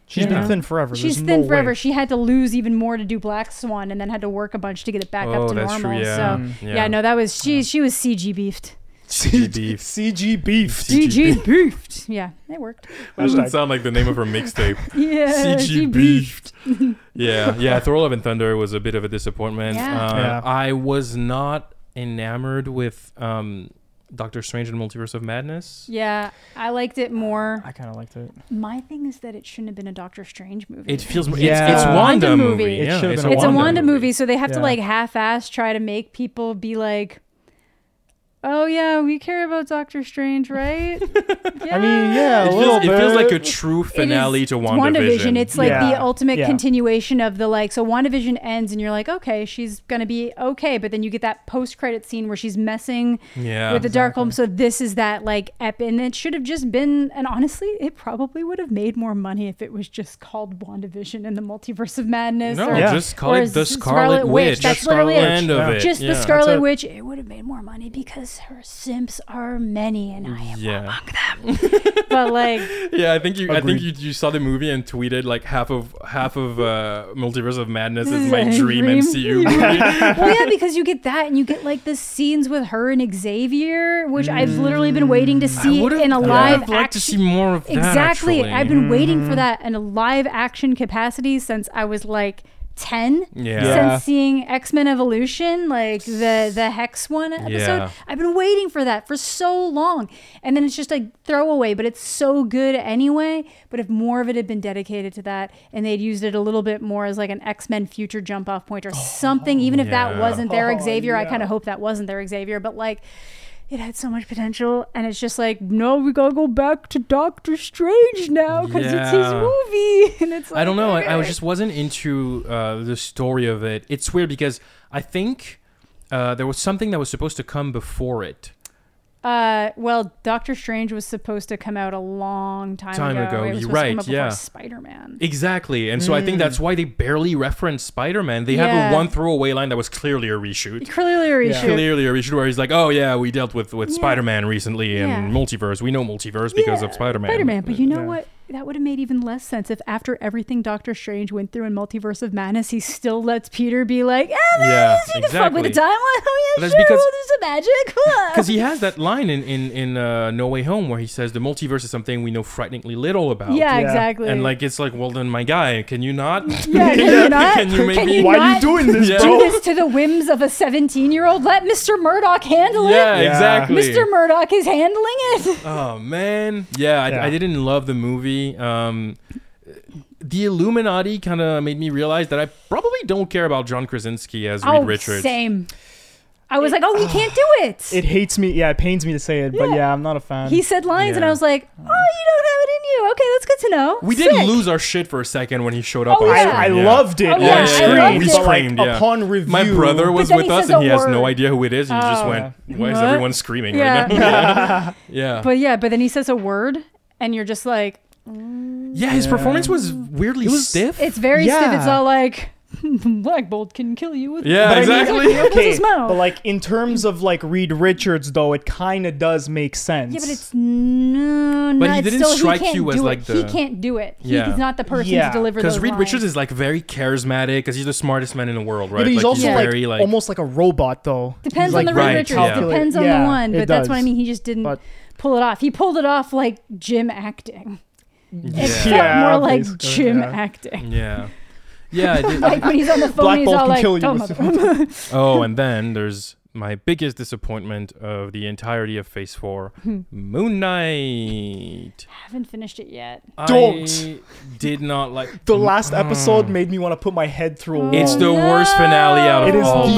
Speaker 2: She's
Speaker 1: Yeah.
Speaker 2: been thin forever.
Speaker 3: She's
Speaker 2: There's
Speaker 3: thin
Speaker 2: no
Speaker 3: forever.
Speaker 2: Way.
Speaker 3: She had to lose even more to do Black Swan, and then had to work a bunch to get it back
Speaker 1: Oh,
Speaker 3: up to
Speaker 1: that's true,
Speaker 3: normal.
Speaker 1: yeah. Mm.
Speaker 3: So
Speaker 1: Yeah.
Speaker 3: yeah. no, that was she. She was CG beefed.
Speaker 1: CG beef.
Speaker 2: CG beef.
Speaker 1: CG
Speaker 3: CG beefed. Yeah, it worked.
Speaker 1: Doesn't
Speaker 2: Hashtag.
Speaker 1: sound like the name of her mixtape.
Speaker 3: Yeah,
Speaker 1: CG beefed. yeah, yeah. Thor: Love and Thunder was a bit of a disappointment.
Speaker 3: Yeah.
Speaker 1: Uh,
Speaker 2: Yeah.
Speaker 1: I was not enamored with um, Doctor Strange and Multiverse of Madness.
Speaker 3: Yeah, I liked it more.
Speaker 2: I kind of liked it.
Speaker 3: My thing is that it shouldn't have been a Doctor Strange movie.
Speaker 1: It feels
Speaker 2: Yeah.
Speaker 1: it's, it's
Speaker 2: It's a
Speaker 1: Wanda
Speaker 3: Wanda
Speaker 1: movie.
Speaker 3: movie.
Speaker 2: It
Speaker 1: Yeah,
Speaker 2: should've been
Speaker 3: it's a
Speaker 2: Wanda
Speaker 3: Wanda movie, so they have to
Speaker 2: Yeah.
Speaker 3: like half-ass try to make people be like, "Oh yeah, we care about Doctor Strange, right?" yeah.
Speaker 2: I mean, yeah,
Speaker 1: It
Speaker 2: a little
Speaker 1: feels, it feels
Speaker 2: bit.
Speaker 1: like a true finale to WandaVision.
Speaker 3: WandaVision. It's like
Speaker 2: Yeah.
Speaker 3: the ultimate
Speaker 2: Yeah.
Speaker 3: continuation of the like. So WandaVision ends, and you're like, okay, she's gonna be okay. But then you get that post-credit scene where she's messing
Speaker 1: yeah.
Speaker 3: with the dark home. So this is that like ep, and it should have just been. And honestly, it probably would have made more money if it was just called WandaVision and the Multiverse of Madness.
Speaker 1: no,
Speaker 3: or
Speaker 2: Yeah.
Speaker 1: just call
Speaker 3: or
Speaker 1: it the
Speaker 3: S-
Speaker 1: Scarlet,
Speaker 3: Scarlet
Speaker 1: Witch.
Speaker 3: Witch. That's
Speaker 1: Scarlet
Speaker 3: literally it.
Speaker 1: end of
Speaker 2: Yeah.
Speaker 1: it.
Speaker 3: just
Speaker 1: yeah.
Speaker 3: the Scarlet
Speaker 2: it.
Speaker 3: Witch. It would have made more money because her simps are many, and I am.
Speaker 1: Yeah,
Speaker 3: But like,
Speaker 1: yeah. I think you, I think
Speaker 2: Agreed.
Speaker 1: you, you saw the movie and tweeted like half of half of uh, Multiverse of Madness
Speaker 3: This
Speaker 1: is
Speaker 3: is
Speaker 1: my
Speaker 3: a
Speaker 1: dream,
Speaker 3: dream.
Speaker 1: MCU movie.
Speaker 3: well, yeah, because you get that, and you get like the scenes with her and Xavier, which I've literally been waiting to see
Speaker 1: would've-
Speaker 3: in
Speaker 1: Mm, I
Speaker 3: a
Speaker 1: would've
Speaker 3: live
Speaker 1: liked to
Speaker 3: action.
Speaker 1: see more of that.
Speaker 3: Exactly.
Speaker 1: actually. Mm-hmm.
Speaker 3: I've been waiting for that in a live action capacity since I was like ten
Speaker 1: Yeah.
Speaker 2: Yeah.
Speaker 3: since seeing X Men Evolution, like the the Hex one episode.
Speaker 1: Yeah.
Speaker 3: I've been waiting for that for so long, and then it's just a throwaway, but it's so good anyway. But if more of it had been dedicated to that, and they'd used it a little bit more as like an X Men future jump off point or something, even if that
Speaker 1: Oh. yeah.
Speaker 3: wasn't their
Speaker 2: Oh,
Speaker 3: Xavier, I
Speaker 2: yeah.
Speaker 3: kind of hope that wasn't their Xavier, but like. It had so much potential, and it's just like, no, we gotta go back to Doctor Strange now because it's his
Speaker 1: Yeah.
Speaker 3: movie, and it's. Like,
Speaker 1: I don't know. I, I was
Speaker 3: okay.
Speaker 1: just wasn't into uh, the story of it. It's weird because I think uh, there was something that was supposed to come before it.
Speaker 3: Uh, well, Doctor Strange was supposed to come out a long time,
Speaker 1: Time ago,
Speaker 3: It was
Speaker 1: you're
Speaker 3: supposed to
Speaker 1: right,
Speaker 3: come out before
Speaker 1: yeah.
Speaker 3: Spider-Man.
Speaker 1: Exactly, and so I think that's why they barely reference Spider-Man. They have
Speaker 3: Mm. Yeah.
Speaker 1: a one throwaway line that was clearly a reshoot.
Speaker 3: Clearly a reshoot.
Speaker 1: Clearly a reshoot where he's like, "Oh yeah, we dealt with with
Speaker 3: Yeah.
Speaker 1: Spider-Man recently and
Speaker 3: Yeah.
Speaker 1: multiverse. We know multiverse because
Speaker 3: Yeah,
Speaker 1: of Spider-Man."
Speaker 3: Spider-Man, but you know
Speaker 2: Yeah.
Speaker 3: what? That would have made even less sense if after everything Doctor Strange went through in Multiverse of Madness, he still lets Peter be like, "Ah, man,
Speaker 1: Yeah,
Speaker 3: you can fuck with the
Speaker 1: exactly.
Speaker 3: timeline. Oh yeah,
Speaker 1: That's
Speaker 3: sure.
Speaker 1: because-
Speaker 3: well, there's some magic."
Speaker 1: Because he has that line in in in uh, No Way Home where he says, "The multiverse is something we know frighteningly little about."
Speaker 3: yeah,
Speaker 2: Yeah.
Speaker 3: exactly.
Speaker 1: And like it's like, well then, my guy, can you not?
Speaker 3: yeah, can you not?
Speaker 1: Can you maybe-
Speaker 3: Can you
Speaker 2: Why are
Speaker 3: not
Speaker 2: you doing this,
Speaker 1: Yeah. Oh.
Speaker 3: do
Speaker 2: bro?
Speaker 3: this to the whims of a 17-year-old? Let Mr. Murdoch handle
Speaker 1: yeah,
Speaker 3: it.
Speaker 2: Yeah.
Speaker 1: exactly.
Speaker 3: Mr. Murdoch is handling it.
Speaker 1: Oh man, yeah I,
Speaker 2: Yeah.
Speaker 1: I didn't love the movie. Um, the Illuminati kind of made me realize that I probably don't care about John Krasinski as Reed Richards.
Speaker 3: Oh, Same. I was like, oh, he can't do it.
Speaker 2: It hates me. Yeah, it pains me to say it, but
Speaker 3: Yeah.
Speaker 2: yeah, I'm not a fan.
Speaker 3: he said lines, and I
Speaker 1: Yeah.
Speaker 3: was like, oh, you don't have it in you. Okay, that's good to know.
Speaker 1: We did
Speaker 3: Sick.
Speaker 1: love lose our shit for a second when he showed up.
Speaker 3: Oh,
Speaker 1: on
Speaker 3: yeah.
Speaker 1: screen,
Speaker 2: I, I loved it
Speaker 3: Oh,
Speaker 2: on
Speaker 3: yeah, I
Speaker 2: screen,
Speaker 3: loved it.
Speaker 2: but like
Speaker 1: Screamed, yeah.
Speaker 2: upon review,
Speaker 1: My brother was
Speaker 3: then
Speaker 1: with
Speaker 3: he
Speaker 1: us,
Speaker 3: says
Speaker 1: and
Speaker 3: a
Speaker 1: he has no
Speaker 3: word.
Speaker 1: idea who it is, and he just
Speaker 3: Oh.
Speaker 1: went, "Why is
Speaker 3: What?
Speaker 1: everyone screaming right now?"
Speaker 3: Yeah.
Speaker 1: Yeah,
Speaker 3: but yeah, but then he says a word, and you're just like,
Speaker 1: yeah. His performance was weirdly stiff.
Speaker 3: it's very stiff. It's
Speaker 2: Yeah.
Speaker 3: all like, Black Bolt can kill you with
Speaker 1: Yeah,
Speaker 2: But I mean,
Speaker 1: exactly.
Speaker 3: What does
Speaker 2: okay,
Speaker 3: his mouth?
Speaker 2: but like in terms of like Reed Richards, though, it kind of does make sense.
Speaker 3: Yeah, but it's no,
Speaker 1: But
Speaker 3: no,
Speaker 1: he
Speaker 3: it's
Speaker 1: didn't
Speaker 3: still,
Speaker 1: strike
Speaker 3: he can't
Speaker 1: you as
Speaker 3: do
Speaker 1: like
Speaker 3: it.
Speaker 1: the-
Speaker 3: he can't do it.
Speaker 1: Yeah.
Speaker 3: He's not the person
Speaker 2: Yeah.
Speaker 3: to deliver
Speaker 1: Because
Speaker 3: those
Speaker 1: Reed
Speaker 3: lines.
Speaker 1: Richards is like very charismatic because he's the smartest man in the world, right?
Speaker 2: Yeah, but he's
Speaker 1: like,
Speaker 2: also
Speaker 3: he's
Speaker 2: like,
Speaker 1: very, like
Speaker 2: almost like a robot, though.
Speaker 3: Depends
Speaker 2: He's,
Speaker 3: on
Speaker 2: like,
Speaker 3: the Reed
Speaker 1: right,
Speaker 3: Richards.
Speaker 1: yeah.
Speaker 3: Depends on
Speaker 2: Yeah,
Speaker 3: the one,
Speaker 2: it
Speaker 3: but that's what I
Speaker 2: does.
Speaker 3: mean. He just didn't
Speaker 2: But-
Speaker 3: pull it off. He pulled it off like gym acting. It
Speaker 1: Yeah.
Speaker 3: felt
Speaker 2: Yeah,
Speaker 3: more like
Speaker 2: basically,
Speaker 3: gym
Speaker 2: yeah.
Speaker 3: acting.
Speaker 1: yeah, yeah. I did-
Speaker 3: Like when he's on the phone,
Speaker 2: Black
Speaker 3: he's
Speaker 2: Bolt
Speaker 3: all
Speaker 2: can
Speaker 3: like,
Speaker 2: kill you
Speaker 3: "Oh,
Speaker 2: with-
Speaker 3: mother-"
Speaker 1: Oh, and then there's my biggest disappointment of the entirety of Phase Four,
Speaker 3: Hmm.
Speaker 1: Moon Knight.
Speaker 3: I haven't finished it yet.
Speaker 1: I
Speaker 2: Don't.
Speaker 1: did not like.
Speaker 2: The last episode made me want to put my head through a wall.
Speaker 1: Hmm. It's the
Speaker 3: Oh,
Speaker 1: worst
Speaker 3: no.
Speaker 1: finale out of
Speaker 2: It is
Speaker 1: all
Speaker 2: the-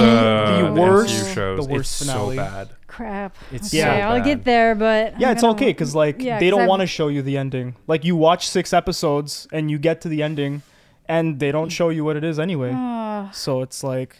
Speaker 1: the,
Speaker 2: the worst-
Speaker 1: MCU shows.
Speaker 2: the worst
Speaker 1: it's
Speaker 2: finale.
Speaker 1: so bad.
Speaker 3: Crap.
Speaker 1: It's
Speaker 3: okay,
Speaker 2: so
Speaker 3: I'll
Speaker 1: bad.
Speaker 3: get there, but
Speaker 2: yeah,
Speaker 3: I'm
Speaker 2: it's
Speaker 3: gonna-
Speaker 2: okay because like
Speaker 3: Yeah,
Speaker 2: they
Speaker 3: 'cause
Speaker 2: don't
Speaker 3: I'm-
Speaker 2: want to show you the ending. Like you watch six episodes and you get to the ending, and they don't show you what it is anyway.
Speaker 3: Oh. Ugh,
Speaker 2: So it's like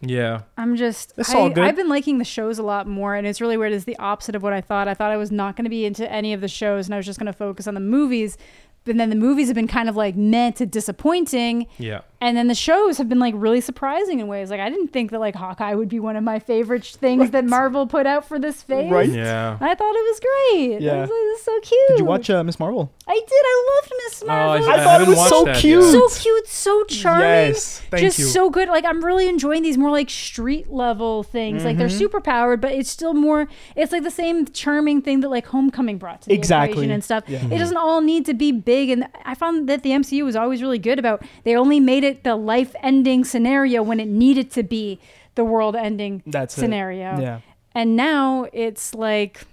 Speaker 1: Yeah,
Speaker 3: I'm just.
Speaker 2: It's
Speaker 3: I,
Speaker 2: all good.
Speaker 3: I've been liking the shows a lot more, and it's really weird. It's the opposite of what I thought. I thought I was not going to be into any of the shows, and I was just going to focus on the movies. But then the movies have been kind of like meh to disappointing,
Speaker 1: yeah.
Speaker 3: and then the shows have been like really surprising in ways. Like I didn't think that like Hawkeye would be one of my favorite sh- things that Marvel put out for this phase.
Speaker 2: Right.
Speaker 1: Yeah.
Speaker 3: I thought it was great.
Speaker 2: Yeah.
Speaker 3: I was like, this is so cute.
Speaker 2: did you watch uh, Miss Marvel?
Speaker 3: I did. Oh, I loved Miss Marvel.
Speaker 1: Oh, I
Speaker 2: I, thought it
Speaker 1: haven't
Speaker 2: was
Speaker 1: watched
Speaker 2: so
Speaker 1: that yet.
Speaker 2: cute.
Speaker 3: so cute, so charming.
Speaker 2: Yes, thank
Speaker 3: just
Speaker 2: you.
Speaker 3: so good. Like I'm really enjoying these more like street level things. Like
Speaker 2: Mm-hmm.
Speaker 3: they're super powered, but it's still more. It's like the same charming thing that like Homecoming brought to the
Speaker 2: Exactly.
Speaker 3: equation and stuff.
Speaker 2: Yeah. Mm-hmm.
Speaker 3: It doesn't all need to be big. And I found that the MCU was always really good about. They only made it the life ending scenario when it needed to be the world ending
Speaker 2: That's it.
Speaker 3: scenario.
Speaker 2: Yeah.
Speaker 3: And now it's like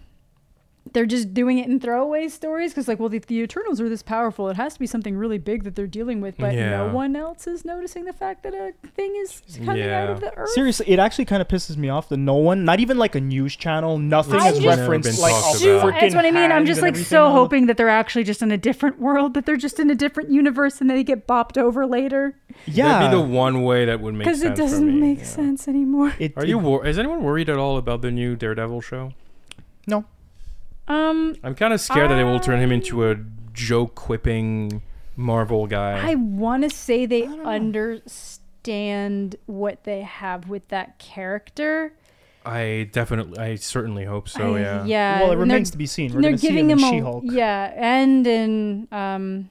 Speaker 3: they're just doing it in throwaway stories because, like, well, the, the Eternals are this powerful. It has to be something really big that they're dealing with, but no
Speaker 1: Yeah.
Speaker 3: one else is noticing the fact that a thing is coming out
Speaker 1: Yeah.
Speaker 3: of the earth.
Speaker 2: Seriously, it actually kind of pisses me off that no one, not even like a news channel, nothing
Speaker 1: It's
Speaker 2: is
Speaker 3: never
Speaker 2: referenced.
Speaker 1: been
Speaker 2: Like
Speaker 1: talked
Speaker 2: a
Speaker 1: about.
Speaker 2: freaking
Speaker 3: That's what I mean. I'm
Speaker 2: hand
Speaker 3: just
Speaker 2: and
Speaker 3: like
Speaker 2: everything
Speaker 3: so
Speaker 2: on the-
Speaker 3: hoping that they're actually just in a different world, that they're just in a different universe and they get bopped over later
Speaker 2: Yeah,
Speaker 1: That'd be the one way that would make sense
Speaker 3: because it
Speaker 1: for me.
Speaker 3: doesn't make
Speaker 1: yeah.
Speaker 3: sense anymore.
Speaker 2: It-
Speaker 1: Are
Speaker 2: it-
Speaker 1: you? Wor- is anyone worried at all about the new Daredevil show?
Speaker 3: Uh,
Speaker 2: no?
Speaker 3: Um,
Speaker 1: I'm kind of scared that it will turn him into a joke quipping Marvel guy.
Speaker 3: I want to say they understand what they have with that character.
Speaker 1: I, definitely, I certainly hope so.
Speaker 3: I-
Speaker 1: yeah.
Speaker 3: yeah.
Speaker 2: well, it
Speaker 3: and they're-
Speaker 2: remains to be seen. We're
Speaker 3: they're
Speaker 2: gonna see
Speaker 3: giving
Speaker 2: him in
Speaker 3: him a
Speaker 2: She-Hulk
Speaker 3: yeah, and in um,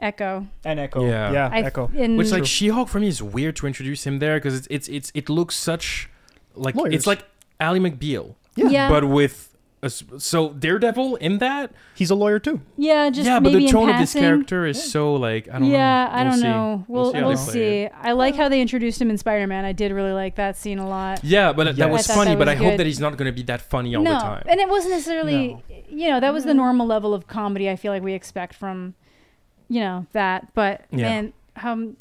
Speaker 3: Echo.
Speaker 2: and Echo.
Speaker 1: Yeah.
Speaker 2: Yeah,
Speaker 3: I,
Speaker 2: Ah, Echo.
Speaker 3: In,
Speaker 1: Which like She-Hulk for me is weird to introduce him there because it's it's it's it looks such like
Speaker 2: Lawyers.
Speaker 1: it's like Ally McBeal,
Speaker 3: yeah,
Speaker 1: but with a s- so Daredevil in that.
Speaker 2: He's a lawyer too.
Speaker 3: Yeah, just
Speaker 1: yeah, but
Speaker 3: maybe
Speaker 1: the tone
Speaker 3: in
Speaker 1: of this
Speaker 3: passing.
Speaker 1: character is so like I don't
Speaker 3: yeah,
Speaker 1: know.
Speaker 3: I don't
Speaker 1: see.
Speaker 3: know. We'll
Speaker 1: how
Speaker 3: we'll
Speaker 1: they
Speaker 3: see.
Speaker 1: play it.
Speaker 3: I like how they introduced him in Spider-Man. I did really like that scene a lot.
Speaker 1: Yeah, but
Speaker 2: Yeah.
Speaker 1: that was
Speaker 3: I thought
Speaker 1: funny.
Speaker 3: that
Speaker 1: but
Speaker 3: was
Speaker 1: I hope
Speaker 3: good.
Speaker 1: that he's not going to be that funny all
Speaker 3: no,
Speaker 1: the time.
Speaker 3: and it wasn't necessarily. You know, that was the normal level of comedy. I feel like we expect from, you know, that. But
Speaker 1: Yeah.
Speaker 3: and um,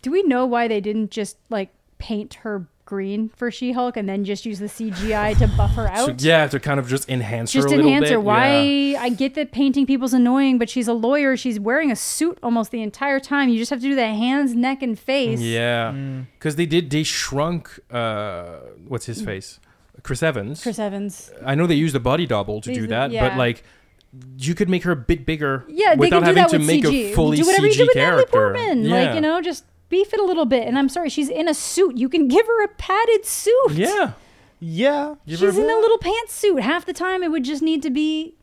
Speaker 3: do we know why they didn't just like paint her green for She-Hulk and then just use the CGI to buff her out?
Speaker 1: So, yeah, to kind of just enhance her
Speaker 3: just
Speaker 1: a little
Speaker 3: enhance
Speaker 1: bit.
Speaker 3: her. Why?
Speaker 1: Yeah.
Speaker 3: I get that painting people's annoying, but she's a lawyer. She's wearing a suit almost the entire time. You just have to do the hands, neck, and face.
Speaker 1: Yeah, because they did. They shrunk. Uh, what's his face? Chris Evans.
Speaker 3: Mm. Chris Evans.
Speaker 1: I know they used a body double to
Speaker 3: They
Speaker 1: do
Speaker 3: used-
Speaker 1: that,
Speaker 3: yeah.
Speaker 1: but like you could make her a bit bigger.
Speaker 3: Yeah, they
Speaker 1: without
Speaker 3: can do
Speaker 1: having
Speaker 3: that
Speaker 1: to
Speaker 3: with
Speaker 1: make
Speaker 3: CG.
Speaker 1: a fully
Speaker 3: do whatever
Speaker 1: CG
Speaker 3: you do with Natalie
Speaker 1: character.
Speaker 3: Portman.
Speaker 1: Yeah.
Speaker 3: Like you know, just beef it a little bit. And I'm sorry, she's in a suit. You can give her a padded suit.
Speaker 1: Yeah.
Speaker 2: Yeah.
Speaker 1: Give her
Speaker 3: she's in
Speaker 1: bit-
Speaker 3: a little pantsuit. Half the time, it would just need to be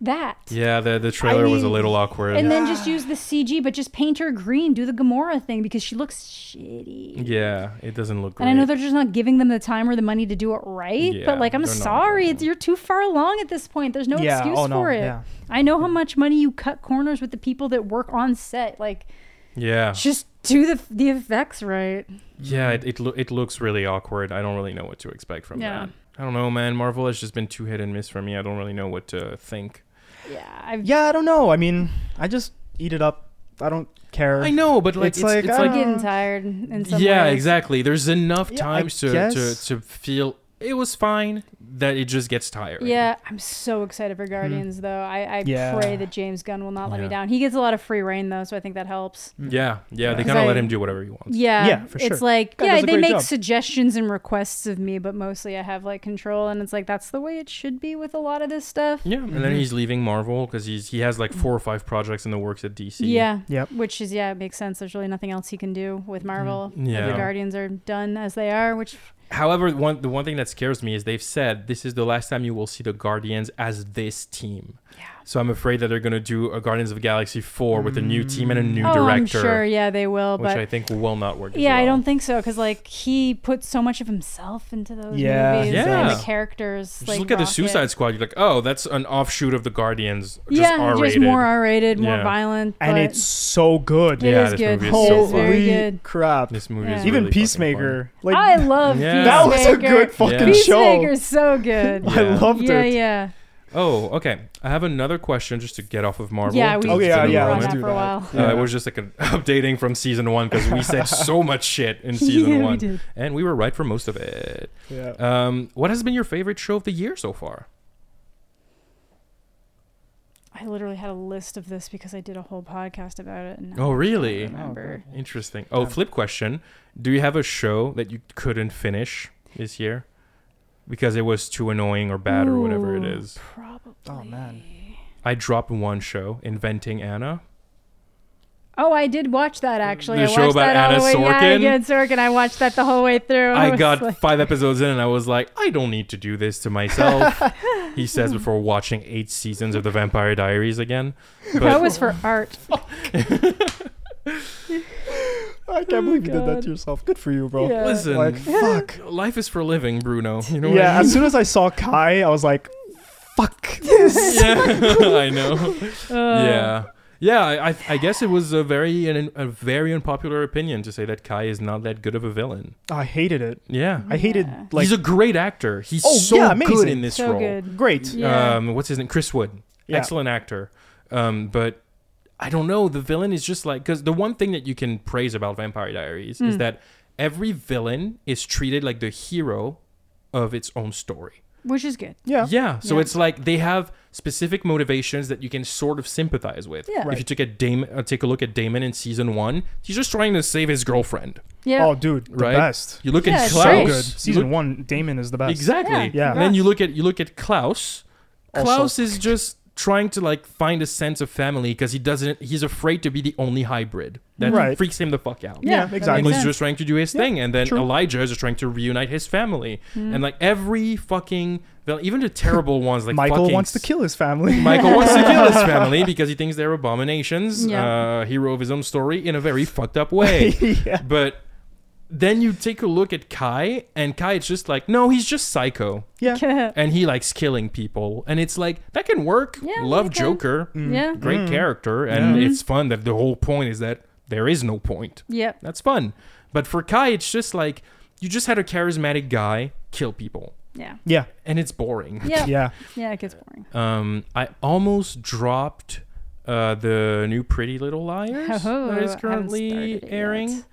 Speaker 3: that.
Speaker 1: Yeah, the the trailer was a
Speaker 3: mean,
Speaker 1: little awkward.
Speaker 3: And then just use the CG, but just paint her green. Do the Gamora thing because she looks shitty.
Speaker 1: yeah, it doesn't look great.
Speaker 3: And I know they're just not giving them the time or the money to do it right.
Speaker 1: Yeah,
Speaker 3: but like, I'm
Speaker 1: they're not.
Speaker 3: sorry, it's, you're too far along at this point. There's no
Speaker 2: Yeah,
Speaker 3: excuse
Speaker 2: oh, no,
Speaker 3: for it.
Speaker 2: yeah.
Speaker 3: I know how much money you cut corners with the people that work on set. Like,
Speaker 1: yeah,
Speaker 3: just do the the effects right.
Speaker 1: yeah, it it, lo- it looks really awkward. I don't really know what to expect from
Speaker 3: Yeah.
Speaker 1: that. I don't know, man. Marvel has just been too hit and miss for me. I don't really know what to think.
Speaker 3: Yeah, I've,
Speaker 2: Yeah, I don't know. I mean, I just eat it up. I don't care.
Speaker 1: I know, but like
Speaker 2: Uh, It's like, I
Speaker 3: I'm
Speaker 2: don't-
Speaker 3: getting tired in some
Speaker 1: yeah,
Speaker 3: ways.
Speaker 1: exactly. There's enough
Speaker 2: Yeah, I
Speaker 1: times to,
Speaker 2: guess.
Speaker 1: to to feel it was fine that it just gets tired.
Speaker 3: Yeah, I'm so excited for Guardians though. I, I
Speaker 2: Hmm. Yeah.
Speaker 3: pray that James Gunn will not let
Speaker 1: Yeah.
Speaker 3: me down. He gets a lot of free reign though, so I think that helps.
Speaker 1: yeah, yeah. They
Speaker 2: Yeah.
Speaker 1: kind of let
Speaker 3: Right.
Speaker 1: him do whatever he wants.
Speaker 3: Yeah,
Speaker 2: Yeah, for sure.
Speaker 3: It's like
Speaker 2: Guy
Speaker 3: yeah,
Speaker 2: does a
Speaker 3: they
Speaker 2: great
Speaker 3: make
Speaker 2: job.
Speaker 3: suggestions and requests of me, but mostly I have like control, and it's like that's the way it should be with a lot of this stuff.
Speaker 1: Yeah, and
Speaker 2: Mm-hmm.
Speaker 1: then he's leaving Marvel because he's he has like four or five projects in the works at DC.
Speaker 3: Mm-hmm. Yeah.
Speaker 2: Yep.
Speaker 3: Which is yeah, it makes sense. There's really nothing else he can do with Marvel.
Speaker 2: Mm-hmm.
Speaker 1: Mm.
Speaker 3: Like,
Speaker 1: Yeah.
Speaker 3: The Guardians are done as they are, which
Speaker 1: However, one the one thing that scares me is they've said this is the last time you will see the Guardians as this team.
Speaker 3: Yeah.
Speaker 1: So I'm afraid that they're gonna do a Guardians of the Galaxy four with a new team and a new
Speaker 3: oh, I'm
Speaker 1: director,
Speaker 3: sure yeah they will,
Speaker 1: which
Speaker 3: but
Speaker 1: I think will not work. as
Speaker 3: yeah, I
Speaker 1: well.
Speaker 3: don't think so because like he put so much of himself into those
Speaker 2: Yeah.
Speaker 3: movies and
Speaker 1: Yeah.
Speaker 3: the characters.
Speaker 1: Just
Speaker 3: like,
Speaker 1: look at the
Speaker 3: Rocket.
Speaker 1: Suicide Squad. You're like, oh, that's an offshoot of the Guardians. Just
Speaker 3: yeah,
Speaker 1: R-rated.
Speaker 3: just more R-rated, more
Speaker 1: Yeah.
Speaker 3: violent,
Speaker 2: and
Speaker 3: but
Speaker 2: it's so good.
Speaker 3: it
Speaker 1: Yeah,
Speaker 3: is
Speaker 1: this
Speaker 3: good.
Speaker 1: movie is
Speaker 3: it
Speaker 1: so
Speaker 3: is very good.
Speaker 2: crap.
Speaker 1: This movie
Speaker 3: Yeah.
Speaker 1: is
Speaker 2: Even
Speaker 1: really fucking
Speaker 2: Peacemaker. Like
Speaker 3: I love
Speaker 1: Yeah.
Speaker 2: that was a
Speaker 3: Peacemaker.
Speaker 2: good fucking
Speaker 1: Yeah.
Speaker 2: show.
Speaker 3: Peacemaker's so good.
Speaker 1: Yeah.
Speaker 2: I loved
Speaker 3: yeah,
Speaker 2: it.
Speaker 3: yeah.
Speaker 1: fun. Oh, okay. I have another question just to get off of Marvel.
Speaker 3: Yeah, we
Speaker 1: because
Speaker 2: Oh,
Speaker 1: it's
Speaker 2: yeah,
Speaker 1: been a
Speaker 2: yeah,
Speaker 3: were on
Speaker 1: moment.
Speaker 2: let's
Speaker 3: that
Speaker 2: do
Speaker 3: for
Speaker 2: that.
Speaker 3: a while.
Speaker 1: Uh,
Speaker 2: Yeah.
Speaker 1: it was just like an updating from season one because we said so much shit in season
Speaker 3: yeah, we
Speaker 1: one,
Speaker 3: did.
Speaker 1: and we were right for most of it.
Speaker 2: Yeah.
Speaker 1: Um, what has been your favorite show of the year so far?
Speaker 3: I literally had a list of this because I did a whole podcast about it. And I
Speaker 1: Oh, really?
Speaker 3: don't remember.
Speaker 1: Interesting. Oh, flip question: Do you have a show that you couldn't finish this year because it was too annoying or bad or whatever it
Speaker 3: Ooh,
Speaker 1: is?
Speaker 3: Probably.
Speaker 2: Oh man.
Speaker 1: I dropped one show, Inventing Anna.
Speaker 3: Oh, I did watch that actually.
Speaker 1: The
Speaker 3: I
Speaker 1: show
Speaker 3: watched
Speaker 1: about
Speaker 3: that all
Speaker 1: Anna
Speaker 3: the way.
Speaker 1: Sorkin?
Speaker 3: Yeah, again, Sorkin. I watched that the whole way through.
Speaker 1: I
Speaker 3: was
Speaker 1: got
Speaker 3: like-
Speaker 1: five episodes in and I was like, I don't need to do this to myself. he says before watching eight seasons of The Vampire Diaries again.
Speaker 3: that
Speaker 1: But
Speaker 3: was for art.
Speaker 2: I can't believe you did that
Speaker 3: Oh, God.
Speaker 2: to yourself. Good for you, bro.
Speaker 3: Yeah.
Speaker 1: listen,
Speaker 2: Like fuck.
Speaker 1: life is for living, Bruno. You know
Speaker 2: yeah.
Speaker 1: what
Speaker 2: As soon as I saw Kai, I was like, fuck this.
Speaker 1: I mean? Yeah, I know.
Speaker 3: Uh,
Speaker 1: yeah. Yeah, I, I, I guess it was a very an, a very unpopular opinion to say that Kai is not that good of a villain.
Speaker 2: I hated it.
Speaker 1: Yeah,
Speaker 2: I hated
Speaker 3: Yeah.
Speaker 2: like
Speaker 1: he's a great actor. He's
Speaker 2: Oh,
Speaker 1: so
Speaker 2: yeah,
Speaker 1: good
Speaker 2: amazing.
Speaker 1: in this
Speaker 3: so
Speaker 1: role.
Speaker 3: good.
Speaker 2: great.
Speaker 3: Yeah.
Speaker 1: um, what's his name? Chris Wood.
Speaker 2: Yeah.
Speaker 1: Excellent actor. Um, but I don't know. The villain is just like because the one thing that you can praise about Vampire Diaries
Speaker 2: Hmm.
Speaker 1: is that every villain is treated like the hero of its own story.
Speaker 3: Which is good.
Speaker 2: Yeah.
Speaker 1: Yeah. So
Speaker 3: Oh, Yeah.
Speaker 1: it's like they have specific motivations that you can sort of sympathize with.
Speaker 3: Yeah.
Speaker 1: If
Speaker 2: Right.
Speaker 1: you took a Damon, uh, take a look at Damon in season one, he's just trying to save his girlfriend.
Speaker 3: Yeah.
Speaker 2: Oh, dude, the
Speaker 1: Right?
Speaker 2: best.
Speaker 1: You look
Speaker 3: Yeah,
Speaker 1: at
Speaker 3: it's
Speaker 1: Klaus.
Speaker 3: great.
Speaker 2: So
Speaker 3: Right.
Speaker 2: good.
Speaker 1: you
Speaker 2: Season
Speaker 1: look-
Speaker 2: one, Damon is the best.
Speaker 1: Exactly.
Speaker 2: Yeah.
Speaker 1: And then you look at you look at Klaus.
Speaker 2: Also-
Speaker 1: Klaus is just trying to like find a sense of family because he doesn't. He's afraid to be the only hybrid. That
Speaker 2: Right.
Speaker 1: freaks him the fuck out.
Speaker 3: Yeah,
Speaker 2: Yeah,
Speaker 3: that
Speaker 1: And
Speaker 2: exactly.
Speaker 1: he's
Speaker 3: sense.
Speaker 1: just trying to do his thing, and then
Speaker 2: true.
Speaker 1: Elijah is just trying to reunite his family,
Speaker 3: Mm.
Speaker 1: and like every fucking, villain- even the terrible ones, like
Speaker 2: Michael
Speaker 1: fucking
Speaker 2: wants to kill his family.
Speaker 1: Michael wants to kill his family because he thinks they're abominations.
Speaker 3: Yeah.
Speaker 1: Uh, hero of his own story in a very fucked up way.
Speaker 2: yeah.
Speaker 1: But then you take a look at Kai, and Kai is just like, no, he's just psycho,
Speaker 2: Yeah.
Speaker 1: and he likes killing people, and it's like that can work.
Speaker 3: Yeah,
Speaker 1: Love
Speaker 3: okay.
Speaker 1: Joker,
Speaker 3: Yeah.
Speaker 1: Mm, great character, and it's fun that the whole point is that there is no point.
Speaker 3: Yep.
Speaker 1: That's fun, but for Kai, it's just like you just had a charismatic guy kill people,
Speaker 3: Yeah.
Speaker 2: Yeah.
Speaker 1: and it's boring.
Speaker 3: Yeah. Yeah.
Speaker 2: Yeah.
Speaker 3: it gets boring.
Speaker 1: Um, I almost dropped uh, the new Pretty Little Liars
Speaker 3: Oh, I
Speaker 1: that is
Speaker 3: haven't
Speaker 1: currently
Speaker 3: started it
Speaker 1: airing.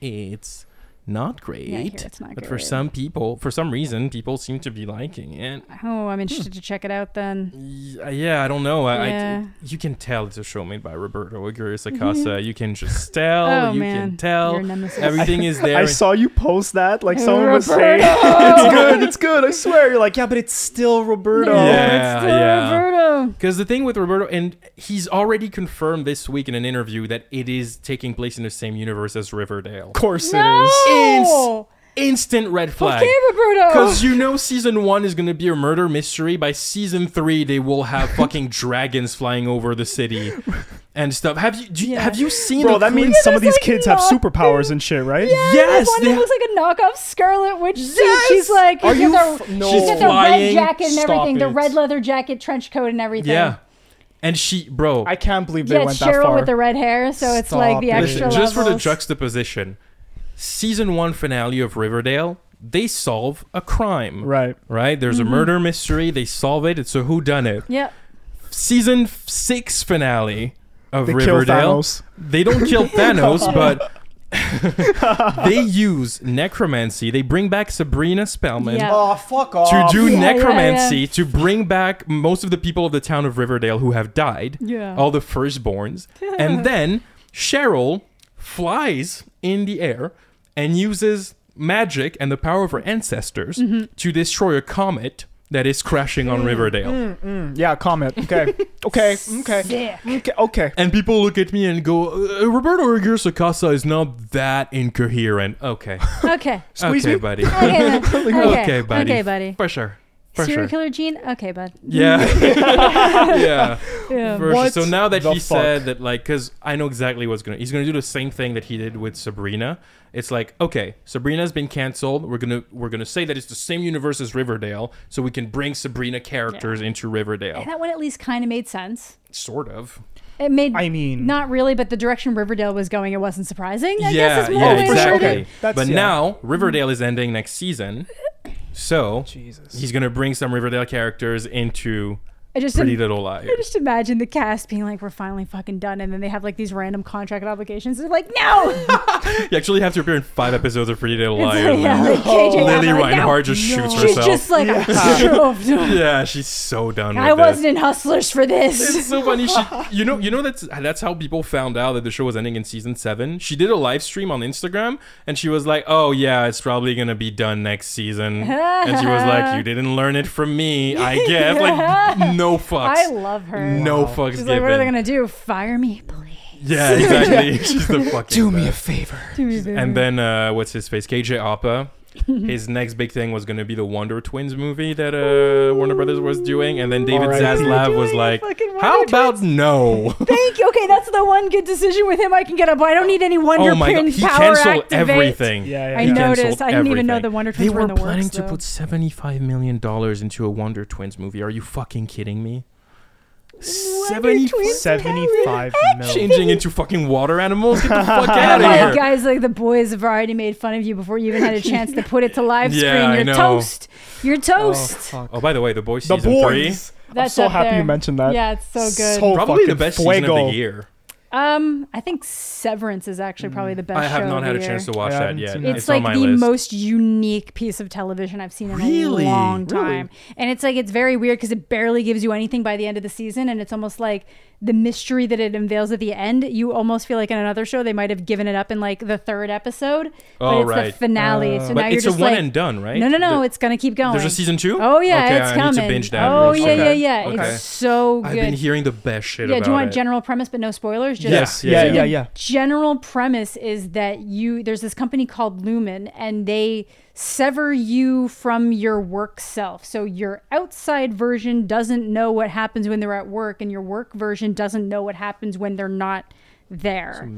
Speaker 1: It's not great,
Speaker 3: Yeah, I hear it's not
Speaker 1: but for
Speaker 3: great.
Speaker 1: some people, for some reason, people seem to be liking it.
Speaker 3: Oh,
Speaker 1: Hmm.
Speaker 3: I'm interested to check it out then.
Speaker 1: Y- uh, Yeah, I don't know. I,
Speaker 3: Yeah.
Speaker 1: I you can tell it's a show made by Roberto Aguirre Sacasa. you can just tell.
Speaker 3: Mm-hmm. Oh,
Speaker 1: you
Speaker 3: man.
Speaker 1: can tell.
Speaker 3: Your nemesis.
Speaker 1: Everything is there.
Speaker 2: I
Speaker 1: and-
Speaker 2: saw you post that. Like someone was saying, it's good. It's good. I swear. You're like, yeah, but it's still Roberto.
Speaker 1: Yeah.
Speaker 3: it's the
Speaker 1: yeah.
Speaker 3: Roberto.
Speaker 1: Because the thing with Roberto, and he's already confirmed this week in an interview that it is taking place in the same universe as Riverdale.
Speaker 2: Of course it is.
Speaker 3: No.
Speaker 1: Instant red flag.
Speaker 3: Okay, Roberto.
Speaker 1: Because you know season one is gonna be a murder mystery. By season three, they will have fucking dragons flying over the city and stuff. Have you do you,
Speaker 3: Yeah.
Speaker 1: have you seen?
Speaker 2: Bro,
Speaker 1: the
Speaker 2: that
Speaker 1: clip?
Speaker 2: means some of these
Speaker 3: There's, like,
Speaker 2: kids have
Speaker 3: nothing.
Speaker 2: superpowers and shit, right?
Speaker 3: Yeah,
Speaker 1: Yes,
Speaker 3: there's one
Speaker 1: they-
Speaker 3: that looks like a knockoff Scarlet Witch suit.
Speaker 1: Yes!
Speaker 3: She's like,
Speaker 1: Are
Speaker 3: she's
Speaker 1: you
Speaker 3: got
Speaker 1: f-
Speaker 3: the,
Speaker 1: no.
Speaker 3: she's got the red
Speaker 1: Flying?
Speaker 3: jacket and
Speaker 1: Stop
Speaker 3: everything, the
Speaker 1: it.
Speaker 3: red leather jacket, trench coat, and everything.
Speaker 1: yeah. And she, bro,
Speaker 2: I can't believe they
Speaker 3: Yeah,
Speaker 2: went
Speaker 3: it's
Speaker 2: that
Speaker 3: Cheryl
Speaker 2: far.
Speaker 3: with the red hair, so it's like the
Speaker 2: Stop it.
Speaker 1: listen,
Speaker 3: extra
Speaker 1: just for the
Speaker 3: levels.
Speaker 1: juxtaposition, season one finale of Riverdale, they solve a crime.
Speaker 2: right.
Speaker 1: Right? There's
Speaker 3: Mm-hmm.
Speaker 1: a murder mystery. They solve it. It's a whodunit.
Speaker 3: Yep.
Speaker 1: season f- six finale of
Speaker 2: They kill
Speaker 1: Riverdale.
Speaker 2: Thanos.
Speaker 1: They don't kill Thanos, but they use necromancy. They bring back Sabrina Spellman
Speaker 3: Yeah.
Speaker 2: Oh, fuck off.
Speaker 1: to do
Speaker 3: Yeah, yeah,
Speaker 1: necromancy to bring back most of the people of the town of Riverdale who have died,
Speaker 3: Yeah.
Speaker 1: all the firstborns, and then Cheryl flies in the air and uses magic and the power of her ancestors
Speaker 3: Mm-hmm.
Speaker 1: to destroy a comet that is crashing on Riverdale.
Speaker 3: Mm.
Speaker 2: Mm, yeah, comment. Okay. okay. Okay.
Speaker 3: Yeah.
Speaker 2: Okay. Okay.
Speaker 1: And people look at me and go, uh, Roberto Aguirre Sacasa is not that incoherent. Okay.
Speaker 3: Okay.
Speaker 2: Squeeze
Speaker 1: okay,
Speaker 2: me.
Speaker 1: buddy.
Speaker 3: Okay, then. okay.
Speaker 1: okay, buddy.
Speaker 3: Okay, buddy.
Speaker 1: For sure. For
Speaker 3: Serial
Speaker 1: sure.
Speaker 3: killer gene? Okay, bud.
Speaker 1: Yeah. yeah.
Speaker 3: Yeah.
Speaker 1: For sure.
Speaker 2: What
Speaker 1: So now that
Speaker 2: the
Speaker 1: he said that, like, because I know exactly what's going to, he's going to do the same thing that he did with Sabrina. It's like, okay, Sabrina's been canceled. We're going to, we're going to say that it's the same universe as Riverdale. So we can bring Sabrina characters into Riverdale.
Speaker 3: And that one at least kind of made sense.
Speaker 1: Sort of.
Speaker 3: It made
Speaker 2: I mean-
Speaker 3: not really, but the direction Riverdale was going, it wasn't surprising. I guess is more
Speaker 2: yeah,
Speaker 3: the way to put
Speaker 2: exactly.
Speaker 3: it.
Speaker 2: Okay. That's-
Speaker 1: but
Speaker 2: yeah.
Speaker 1: now Riverdale is ending next season, so
Speaker 2: Jesus.
Speaker 1: he's gonna bring some Riverdale characters into
Speaker 3: I just
Speaker 1: Pretty
Speaker 3: didn't
Speaker 1: Little Liars.
Speaker 3: I just imagine the cast being like, "We're finally fucking done," and then they have like these random contract obligations. They're like, "No!"
Speaker 1: You actually have to appear in five episodes of Pretty Little
Speaker 3: It's
Speaker 1: Liars.
Speaker 3: like, yeah,
Speaker 1: and
Speaker 3: like KJ
Speaker 1: Lily
Speaker 3: Apple, like,
Speaker 1: Reinhardt
Speaker 3: "No."
Speaker 1: just shoots
Speaker 3: She's
Speaker 1: herself.
Speaker 3: just like, "I'm shoved."
Speaker 1: yeah, she's so done.
Speaker 3: I
Speaker 1: with
Speaker 3: wasn't in Hustlers for this.
Speaker 1: It. It's so funny. She, you know, you know that's that's how people found out that the show was ending in season seven. She did a live stream on Instagram, and she was like, "Oh yeah, it's probably gonna be done next season." and she was like, "You didn't learn it from me, I guess." Like, no fucks.
Speaker 3: I love her.
Speaker 1: No fucks
Speaker 3: She's
Speaker 1: given.
Speaker 3: like, "What are they gonna do? Fire me, please."
Speaker 1: yeah, exactly. She's the fucking.
Speaker 2: Do me a
Speaker 1: best.
Speaker 2: favor.
Speaker 3: Do me a favor.
Speaker 1: And then uh, what's his face? KJ Appa. His next big thing was gonna be the Wonder Twins movie that uh, Warner Brothers was doing, and then David
Speaker 2: R.I.P.
Speaker 1: Zaslav was
Speaker 3: Doing
Speaker 1: like,
Speaker 3: fucking
Speaker 1: "How
Speaker 3: Wonder
Speaker 1: about no?"
Speaker 3: Thank you. Okay, that's the one good decision with him I can get up. I don't need any Wonder
Speaker 1: oh my god,
Speaker 3: Pin
Speaker 1: he
Speaker 3: power
Speaker 1: canceled
Speaker 3: activate.
Speaker 1: everything.
Speaker 2: Yeah, yeah,
Speaker 3: I
Speaker 2: He
Speaker 1: He
Speaker 3: noticed.
Speaker 1: canceled
Speaker 3: I didn't even know
Speaker 1: everything.
Speaker 3: the Wonder
Speaker 1: They
Speaker 3: Twins
Speaker 1: were
Speaker 3: in the
Speaker 1: planning
Speaker 3: works.
Speaker 1: to
Speaker 3: though.
Speaker 1: put seventy-five million dollars into a Wonder Twins movie. Are you fucking kidding me? Seventy
Speaker 3: Twins?
Speaker 2: Seventy-five million.
Speaker 1: changing into fucking water animals. Get the fuck out
Speaker 3: Oh
Speaker 1: of
Speaker 3: my
Speaker 1: here.
Speaker 3: guys, like the boys have already made fun of you before you even had a chance to put it to live
Speaker 1: Yeah,
Speaker 3: screen.
Speaker 1: I
Speaker 3: You're
Speaker 1: know.
Speaker 3: toast. You're
Speaker 2: Oh,
Speaker 3: toast.
Speaker 2: fuck.
Speaker 1: Oh, by the way, the boys
Speaker 2: The
Speaker 1: season three
Speaker 2: boys. I'm
Speaker 3: That's
Speaker 2: so
Speaker 3: up
Speaker 2: happy
Speaker 3: there.
Speaker 2: you mentioned that.
Speaker 3: yeah, it's so good.
Speaker 2: So
Speaker 1: probably the
Speaker 2: fucking
Speaker 1: best
Speaker 2: fuego.
Speaker 1: season of the year.
Speaker 3: um, I think Severance is actually probably the best.
Speaker 1: I have
Speaker 3: show
Speaker 1: not
Speaker 3: of
Speaker 1: had
Speaker 3: the
Speaker 1: a
Speaker 3: year.
Speaker 1: chance to
Speaker 2: I
Speaker 1: watch that
Speaker 2: haven't
Speaker 1: yet.
Speaker 2: seen it.
Speaker 3: It's,
Speaker 1: It's, on
Speaker 3: like
Speaker 1: my
Speaker 3: the
Speaker 1: list.
Speaker 3: most unique piece of television I've seen in
Speaker 1: Really?
Speaker 3: a long
Speaker 1: Really?
Speaker 3: time. And it's like it's very weird because it barely gives you anything by the end of the season, and it's almost like the mystery that it unveils at the end. You almost feel like in another show they might have given it up in like the third episode, but
Speaker 1: Oh,
Speaker 3: it's
Speaker 1: right.
Speaker 3: the finale. so now
Speaker 1: but
Speaker 3: you're
Speaker 1: it's a
Speaker 3: just
Speaker 1: one
Speaker 3: like,
Speaker 1: and done, right?
Speaker 3: No, no, no!
Speaker 1: The-
Speaker 3: it's gonna keep going.
Speaker 1: There's a season two.
Speaker 3: Oh yeah,
Speaker 1: okay,
Speaker 3: it's
Speaker 1: I
Speaker 3: coming.
Speaker 1: need to binge that.
Speaker 3: Oh
Speaker 1: real
Speaker 3: yeah,
Speaker 1: quick.
Speaker 3: yeah, yeah!
Speaker 1: Okay.
Speaker 3: It's so
Speaker 1: I've
Speaker 3: good.
Speaker 1: been hearing the best shit
Speaker 3: yeah,
Speaker 1: about
Speaker 3: do you want
Speaker 1: it.
Speaker 3: general premise but no spoilers? Just
Speaker 1: Yes,
Speaker 2: Yeah,
Speaker 1: yeah,
Speaker 2: yeah,
Speaker 1: yeah.
Speaker 2: yeah.
Speaker 3: general premise is that you there's this company called Lumen and they sever you from your work self. So your outside version doesn't know what happens when they're at work and your work version doesn't know what happens when they're not there.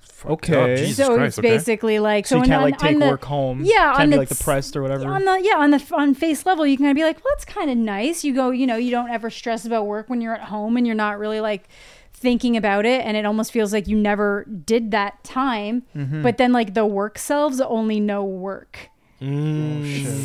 Speaker 1: fucked up.
Speaker 2: Okay.
Speaker 1: Jesus
Speaker 3: so
Speaker 1: Christ,
Speaker 3: it's
Speaker 1: okay.
Speaker 3: basically like
Speaker 2: Oh, So, you
Speaker 3: when
Speaker 2: can't
Speaker 3: on-
Speaker 2: like take
Speaker 3: on the-
Speaker 2: work home.
Speaker 3: yeah,
Speaker 2: can't
Speaker 3: on
Speaker 2: be
Speaker 3: the
Speaker 2: like
Speaker 3: s-
Speaker 2: depressed or whatever.
Speaker 3: on the yeah on the on face level you can kind of be like well it's kind of nice you go you know you don't ever stress about work when you're at home and you're not really like thinking about it and it almost feels like you never did that time but then like the work selves only know work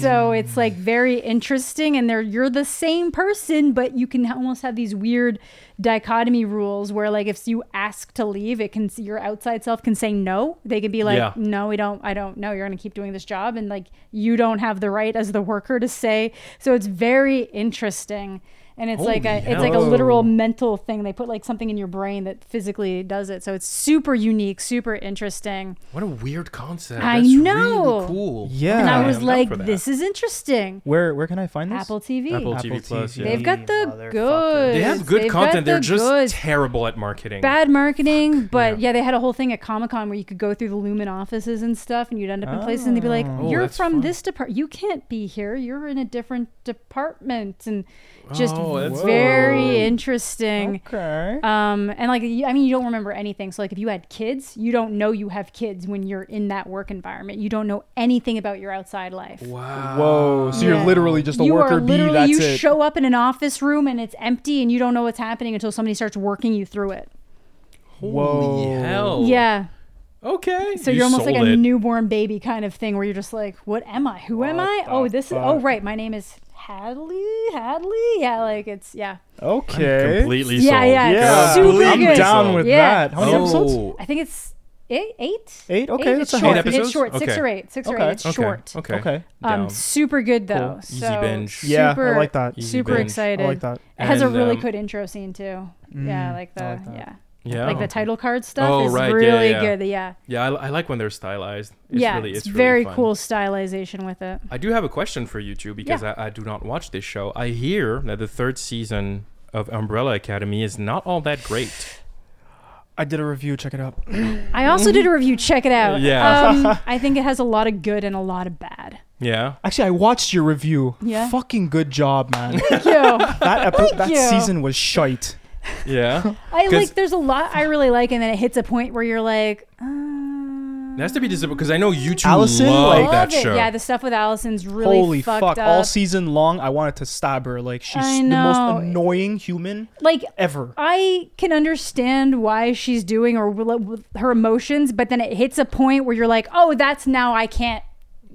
Speaker 3: so it's like very interesting and they're you're the same person but you can almost have these weird dichotomy rules where like if you ask to leave it can your outside self can say no they can be like
Speaker 1: Yeah.
Speaker 3: no we don't i don't know you're going to keep doing this job and like you don't have the right as the worker to say so it's very interesting and it's like
Speaker 1: Holy
Speaker 3: a it's like a
Speaker 1: hell.
Speaker 3: literal mental thing they put like something in your brain that physically does it so it's super unique super interesting
Speaker 1: What a weird concept.
Speaker 3: I
Speaker 1: That's really
Speaker 3: know.
Speaker 1: cool.
Speaker 2: Yeah.
Speaker 3: and i
Speaker 2: Yeah,
Speaker 3: was
Speaker 1: I'm up
Speaker 3: like
Speaker 1: for that.
Speaker 3: this is interesting
Speaker 2: where where can I find this?
Speaker 3: apple tv
Speaker 1: Apple
Speaker 2: Apple
Speaker 1: TV Plus.
Speaker 2: TV.
Speaker 1: Yeah.
Speaker 3: They've got the
Speaker 2: Motherfucker.
Speaker 3: goods.
Speaker 1: They have good
Speaker 3: They've got
Speaker 1: content. They're
Speaker 3: the
Speaker 1: just
Speaker 3: goods.
Speaker 1: terrible at marketing.
Speaker 3: bad marketing, but
Speaker 1: Yeah.
Speaker 3: yeah. they had a whole thing at Comic Con where you could go through the Lumen offices and stuff, and you'd end up in places, and they'd be like,
Speaker 2: Oh.
Speaker 1: Oh,
Speaker 3: "You're
Speaker 1: that's
Speaker 3: from
Speaker 1: fun.
Speaker 3: this department. You can't be here. You're in a different department," and just
Speaker 1: Oh, that's
Speaker 3: very
Speaker 1: cool.
Speaker 3: interesting.
Speaker 2: Okay.
Speaker 3: Um, and like, you- I mean, you don't remember anything. So like, if you had kids, you don't know you have kids when you're in that work environment. You don't know anything about your outside life.
Speaker 2: Uh,
Speaker 1: Wow.
Speaker 2: Whoa. So
Speaker 3: Yeah.
Speaker 2: you're literally just a
Speaker 3: you
Speaker 2: worker
Speaker 3: are
Speaker 2: bee.
Speaker 3: literally
Speaker 2: That's
Speaker 3: you
Speaker 2: it.
Speaker 3: show up in an office room and it's empty and you don't know what's happening until somebody starts working you through it.
Speaker 1: Holy
Speaker 2: Whoa.
Speaker 1: hell.
Speaker 3: Yeah.
Speaker 1: Okay.
Speaker 3: So
Speaker 1: Oh, You
Speaker 3: you're almost like
Speaker 1: sold
Speaker 3: a
Speaker 1: it.
Speaker 3: newborn baby kind of thing where you're just like, what am I? Who am
Speaker 2: What
Speaker 3: I?
Speaker 2: the
Speaker 3: Oh, this is, oh,
Speaker 2: fuck?
Speaker 3: right. My name is Hadley. Hadley. Yeah. Like it's, yeah.
Speaker 2: Okay.
Speaker 1: Completely
Speaker 3: Yeah,
Speaker 1: sold.
Speaker 3: yeah,
Speaker 2: Yeah.
Speaker 3: Super
Speaker 2: I'm
Speaker 3: good.
Speaker 2: down with
Speaker 3: Yeah.
Speaker 2: that. How many
Speaker 1: oh.
Speaker 2: episodes?
Speaker 3: I think it's eight, eight.
Speaker 2: Eight? Okay,
Speaker 3: Eight.
Speaker 2: that's
Speaker 3: It's
Speaker 2: a- Eight
Speaker 3: short.
Speaker 1: episodes?
Speaker 3: It's short. Six
Speaker 1: Okay.
Speaker 3: or eight. Six or
Speaker 2: Okay.
Speaker 3: eight. It's
Speaker 1: Okay.
Speaker 3: short.
Speaker 1: Okay.
Speaker 2: Okay.
Speaker 1: Down.
Speaker 3: Um, super good though.
Speaker 2: Cool.
Speaker 1: Easy
Speaker 3: so
Speaker 1: binge.
Speaker 2: Yeah, I
Speaker 3: super-
Speaker 2: like that.
Speaker 1: Easy
Speaker 3: super
Speaker 1: binge.
Speaker 3: excited.
Speaker 2: I like that.
Speaker 3: It has
Speaker 1: And,
Speaker 3: a really
Speaker 1: um,
Speaker 3: good intro scene too. yeah, like the
Speaker 2: Mm, I like that.
Speaker 3: yeah,
Speaker 1: yeah.
Speaker 3: like the title card stuff
Speaker 1: Oh,
Speaker 3: is
Speaker 1: right, yeah,
Speaker 3: really
Speaker 1: yeah, yeah.
Speaker 3: good. Yeah,
Speaker 1: Yeah, I, I like when they're stylized. It's
Speaker 3: yeah,
Speaker 1: really,
Speaker 3: it's,
Speaker 1: it's, really
Speaker 3: very
Speaker 1: fun.
Speaker 3: cool stylization with it.
Speaker 1: I do have a question for you two because I, I do not watch this show. I hear that the third season of Umbrella Academy is not all that great.
Speaker 2: I did a review. Check it out.
Speaker 3: I also did a review. Check it out.
Speaker 1: Mm-hmm. Yeah.
Speaker 3: um, I think it has a lot of good and a lot of bad.
Speaker 1: Yeah.
Speaker 2: Actually, I watched your review.
Speaker 3: Yeah.
Speaker 2: Fucking good job, man.
Speaker 3: Thank you.
Speaker 2: that epi- that
Speaker 3: you.
Speaker 2: season was shite.
Speaker 1: Yeah.
Speaker 3: I
Speaker 1: 'Cause-
Speaker 3: like. There's a lot I really like, and then it hits a point where you're like, uh,
Speaker 1: It has to be disappointing because I know you two
Speaker 2: Allison,
Speaker 1: love
Speaker 2: like-
Speaker 1: that
Speaker 3: it.
Speaker 1: show.
Speaker 3: Yeah, the stuff with Allison's really
Speaker 2: Holy
Speaker 3: fucked
Speaker 2: fuck!
Speaker 3: up.
Speaker 2: All season long, I wanted to stab her. Like she's
Speaker 3: I
Speaker 2: the most
Speaker 3: know.
Speaker 2: annoying human
Speaker 3: like
Speaker 2: ever.
Speaker 3: I can understand why she's doing or will- with her emotions, but then it hits a point where you're like, oh, that's now I can't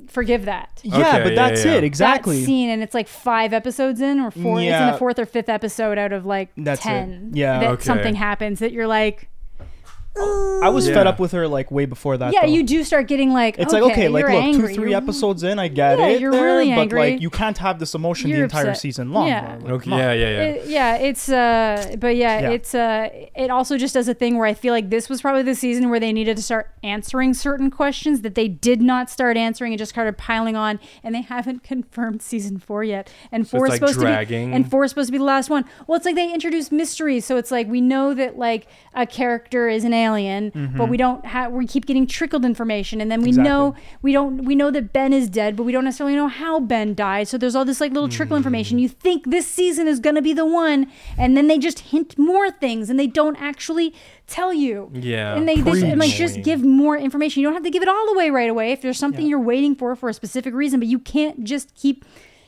Speaker 3: forgive that.
Speaker 2: yeah,
Speaker 1: yeah,
Speaker 2: but that's
Speaker 1: yeah.
Speaker 2: it exactly.
Speaker 3: That scene, and it's like five episodes in, or four. It's in
Speaker 2: Yeah.
Speaker 3: the fourth or fifth episode out of like
Speaker 2: That's it.
Speaker 3: ten.
Speaker 2: Yeah.
Speaker 3: that
Speaker 1: Okay.
Speaker 3: something happens that you're like,
Speaker 2: I was
Speaker 1: Yeah.
Speaker 2: fed up with her like way before that.
Speaker 3: yeah,
Speaker 2: though.
Speaker 3: you do start getting like,
Speaker 2: Oh. It's
Speaker 3: okay,
Speaker 2: like okay, like
Speaker 3: you're
Speaker 2: look,
Speaker 3: angry.
Speaker 2: two, three
Speaker 3: You're-
Speaker 2: episodes in, I get
Speaker 3: Yeah,
Speaker 2: it.
Speaker 3: you're
Speaker 2: there,
Speaker 3: really
Speaker 2: but
Speaker 3: angry.
Speaker 2: like you can't have this emotion the
Speaker 3: You're
Speaker 2: entire
Speaker 3: upset.
Speaker 2: season long.
Speaker 3: Yeah.
Speaker 2: bro. Like,
Speaker 1: Okay,
Speaker 2: come on.
Speaker 1: yeah, yeah, yeah.
Speaker 3: It- yeah, it's uh, but yeah,
Speaker 2: Yeah.
Speaker 3: it's uh, it also just does a thing where I feel like this was probably the season where they needed to start answering certain questions that they did not start answering and just started piling on, and they haven't confirmed season four yet. And four
Speaker 1: it's
Speaker 3: is
Speaker 1: like
Speaker 3: supposed to
Speaker 1: dragging.
Speaker 3: be, and four is supposed to be the last one. Well, it's like they introduced mysteries, so it's like we know that like a character is an alien,
Speaker 1: Mm-hmm.
Speaker 3: but we don't have we keep getting trickled information, and then we
Speaker 2: Exactly.
Speaker 3: know we don't we know that Ben is dead, but we don't necessarily know how Ben died. So there's all this like little
Speaker 1: Mm-hmm.
Speaker 3: trickle information. You think this season is gonna be the one, and then they just hint more things, and they don't actually tell you.
Speaker 1: Yeah.
Speaker 3: and they, they and, like just
Speaker 1: Preach.
Speaker 3: give more information. You don't have to give it all away right away if there's something you're waiting for for a specific reason, but you can't just keep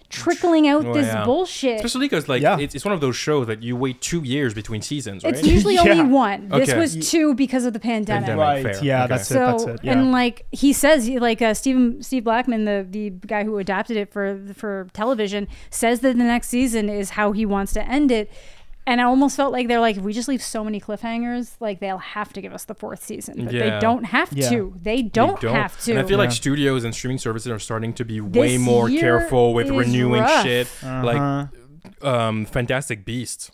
Speaker 3: trickling out
Speaker 1: Oh,
Speaker 3: this
Speaker 1: yeah.
Speaker 3: bullshit.
Speaker 1: Especially because like
Speaker 2: Yeah.
Speaker 1: it's, it's one of those shows that you wait two years between seasons, right?
Speaker 3: It's usually only
Speaker 2: Yeah.
Speaker 3: one. This
Speaker 1: Okay.
Speaker 3: was two because of the pandemic.
Speaker 1: Pandemic.
Speaker 2: Right.
Speaker 1: Fair.
Speaker 2: Yeah,
Speaker 1: Okay.
Speaker 2: that's it.
Speaker 3: So
Speaker 2: That's it. Yeah.
Speaker 3: and like he says, he- like uh, Stephen Steve Blackman, the the guy who adapted it for for television, says that the next season is how he wants to end it. And I almost felt like they're like, if we just leave so many cliffhangers, like they'll have to give us the fourth season, but
Speaker 1: Yeah.
Speaker 3: they don't have
Speaker 2: Yeah.
Speaker 3: to. They
Speaker 1: They
Speaker 3: don't, have to.
Speaker 1: And I feel like
Speaker 2: Yeah.
Speaker 1: studios and streaming services are starting to be way
Speaker 3: This
Speaker 1: more
Speaker 3: year
Speaker 1: careful with
Speaker 3: is
Speaker 1: renewing
Speaker 3: rough.
Speaker 1: shit.
Speaker 2: Uh-huh.
Speaker 1: Like um Fantastic Beasts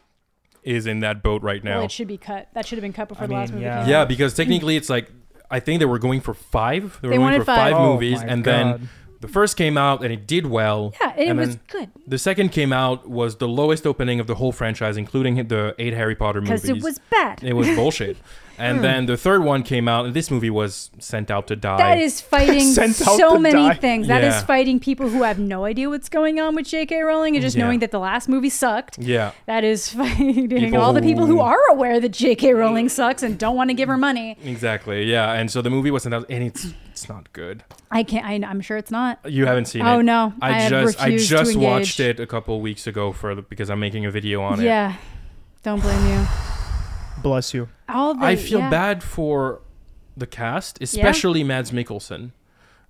Speaker 1: is in that boat right now.
Speaker 3: well, it should be cut. That should have been cut before
Speaker 2: I
Speaker 3: the last
Speaker 2: mean,
Speaker 3: movie.
Speaker 2: yeah.
Speaker 3: came out.
Speaker 1: yeah, because technically it's like I think they were going for five. They were
Speaker 3: They
Speaker 1: going
Speaker 3: wanted
Speaker 1: for five,
Speaker 3: five.
Speaker 2: Oh
Speaker 1: movies
Speaker 2: my
Speaker 1: and
Speaker 2: God.
Speaker 1: then The first came out and it did well.
Speaker 3: Yeah, and it
Speaker 1: and
Speaker 3: was
Speaker 1: then
Speaker 3: good.
Speaker 1: The second came out was the lowest opening of the whole franchise, including the eight Harry Potter movies.
Speaker 3: because it was Hmm. bad.
Speaker 1: It was bullshit. and then the third one came out, and this movie was sent out to die.
Speaker 3: That is fighting
Speaker 2: Sent out
Speaker 3: so
Speaker 2: to
Speaker 3: many
Speaker 2: die.
Speaker 3: things. That
Speaker 1: Yeah.
Speaker 3: is fighting people who have no idea what's going on with J.K. Rowling and just
Speaker 1: Yeah.
Speaker 3: knowing that the last movie sucked.
Speaker 1: yeah.
Speaker 3: That is fighting
Speaker 1: People
Speaker 3: all the people who
Speaker 1: who-
Speaker 3: are aware that J.K. Rowling sucks and don't want to give her money.
Speaker 1: Exactly. Yeah. And so the movie was sent out, and it's it's not good.
Speaker 3: I can't. I, I'm sure it's not.
Speaker 1: You haven't seen it.
Speaker 3: Oh, no. I
Speaker 1: I
Speaker 3: have
Speaker 1: just I
Speaker 3: refused to
Speaker 1: just watched
Speaker 3: engage.
Speaker 1: it a couple weeks ago for the, because I'm making a video on it.
Speaker 3: Yeah, don't blame you.
Speaker 2: Bless you.
Speaker 3: All the,
Speaker 1: I feel
Speaker 3: yeah.
Speaker 1: bad for the cast, especially Mads Mikkelsen,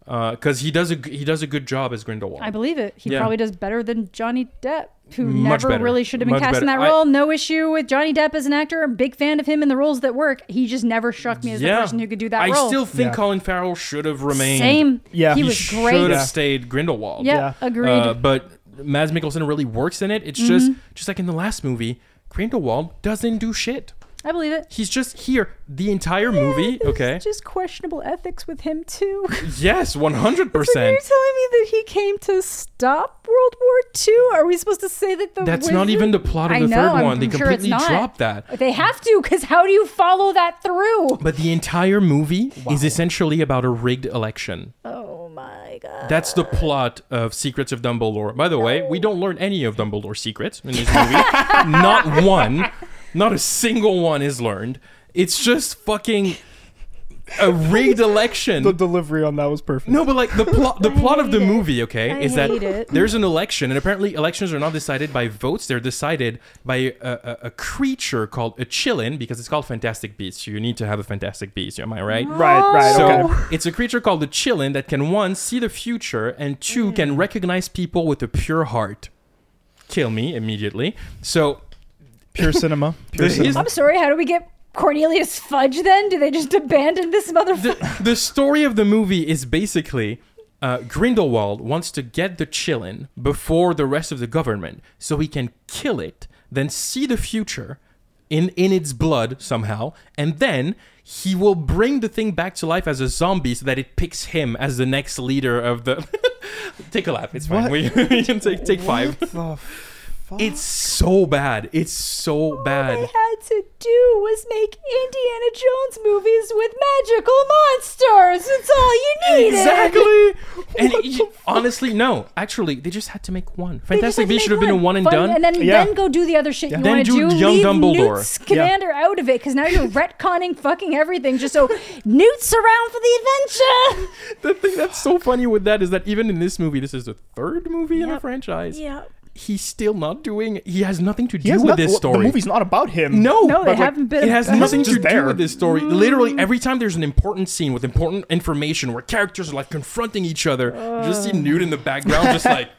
Speaker 1: because he does a g- he does a good job as Grindelwald.
Speaker 3: I believe it. He
Speaker 1: Yeah.
Speaker 3: probably does better than Johnny Depp, who
Speaker 1: Much
Speaker 3: never
Speaker 1: better.
Speaker 3: really should have been
Speaker 1: Much
Speaker 3: cast in
Speaker 1: better.
Speaker 3: that
Speaker 1: I-
Speaker 3: role. no issue with Johnny Depp as an actor. I'm a big fan of him in the roles that work. He just never struck me as the person who could do that
Speaker 1: I
Speaker 3: role.
Speaker 1: still think
Speaker 2: Yeah.
Speaker 1: Colin Farrell should have remained.
Speaker 3: Same.
Speaker 2: Yeah.
Speaker 3: he,
Speaker 2: He
Speaker 3: was great.
Speaker 1: should
Speaker 2: Yeah.
Speaker 1: have stayed Grindelwald.
Speaker 3: Yeah,
Speaker 2: Yeah.
Speaker 3: agreed. Mm-hmm.
Speaker 1: Uh, but Mads Mikkelsen really works in it. It's just just like in the last movie, Grindelwald doesn't do shit.
Speaker 3: I believe it.
Speaker 1: He's just here the entire movie.
Speaker 3: There's
Speaker 1: Okay.
Speaker 3: Just questionable ethics with him too.
Speaker 1: Yes, one hundred
Speaker 3: So you're telling
Speaker 1: percent.
Speaker 3: me that he came to stop World War II? Are we supposed to say that the
Speaker 1: That's not
Speaker 3: wizard-
Speaker 1: even the plot of
Speaker 3: I
Speaker 1: the
Speaker 3: know,
Speaker 1: third
Speaker 3: I'm-
Speaker 1: one. They
Speaker 3: I'm sure it's
Speaker 1: completely
Speaker 3: not.
Speaker 1: dropped that.
Speaker 3: They have to, because how do you follow that through?
Speaker 1: But the entire movie is essentially about a rigged election.
Speaker 3: Oh my god.
Speaker 1: That's the plot of Secrets of Dumbledore. By the way, we don't learn any of Dumbledore's secrets in this movie. not one. Not a single one is learned. It's just fucking a rigged election.
Speaker 2: The delivery on that was perfect.
Speaker 1: No, but like the plot, the plot of
Speaker 3: hate
Speaker 1: the
Speaker 3: it.
Speaker 1: movie, okay,
Speaker 3: I
Speaker 1: is that
Speaker 3: hate it.
Speaker 1: there's an election, and apparently elections are not decided by votes; they're decided by a, a, a creature called a chillin, because it's called Fantastic Beasts. So you need to have a Fantastic Beast, am I right?
Speaker 2: Right, right,
Speaker 1: So
Speaker 2: okay.
Speaker 1: it's a creature called the chillin that can one see the future and two can recognize people with a pure heart. Kill me immediately. So
Speaker 2: Pure cinema. Pure
Speaker 1: The-
Speaker 2: cinema.
Speaker 1: his-
Speaker 3: I'm sorry, how do we get Cornelius Fudge then? Do they just abandon this motherfucker?
Speaker 1: the, the story of the movie is basically uh, Grindelwald wants to get the chillin before the rest of the government so he can kill it, then see the future in, in its blood somehow, and then he will bring the thing back to life as a zombie so that it picks him as the next leader of the. take a lap, it's fine.
Speaker 2: What?
Speaker 1: We, we can take, take five.
Speaker 2: The fuck?
Speaker 1: It's so bad. It's so
Speaker 3: All they
Speaker 1: bad.
Speaker 3: had to do was make Indiana Jones movies with magical monsters. It's all you needed.
Speaker 1: Exactly. and you- honestly, no. Actually, they just had to make one.
Speaker 3: They just
Speaker 1: Fantastic
Speaker 3: had to
Speaker 1: Beasts should have
Speaker 3: make
Speaker 1: been a one and
Speaker 3: Fun-
Speaker 1: done.
Speaker 3: And then,
Speaker 2: Yeah.
Speaker 3: then go do the other shit you
Speaker 1: Then
Speaker 3: want to
Speaker 1: do
Speaker 3: do.
Speaker 1: Young
Speaker 3: Leave
Speaker 1: Dumbledore.
Speaker 3: Newt's commander out of it because now you're retconning fucking everything just so Newt's around for the adventure.
Speaker 1: the thing that's so funny with that is that even in this movie, this is the third movie in the
Speaker 3: Yep.
Speaker 1: franchise.
Speaker 3: Yeah.
Speaker 1: He's still not doing. He has nothing to
Speaker 2: He
Speaker 1: do
Speaker 2: has
Speaker 1: with
Speaker 2: nothing-
Speaker 1: this story.
Speaker 2: The movie's not about him.
Speaker 1: no,
Speaker 3: No, they
Speaker 1: but, like,
Speaker 3: haven't been-
Speaker 1: It has
Speaker 3: that
Speaker 1: nothing
Speaker 2: hasn't
Speaker 1: to
Speaker 2: just
Speaker 1: do
Speaker 2: there.
Speaker 1: with this story. Literally,
Speaker 3: Mm.
Speaker 1: every time there's an important scene with important information where characters are like confronting each other, you just see
Speaker 3: Uh.
Speaker 1: Newt in the background, just like,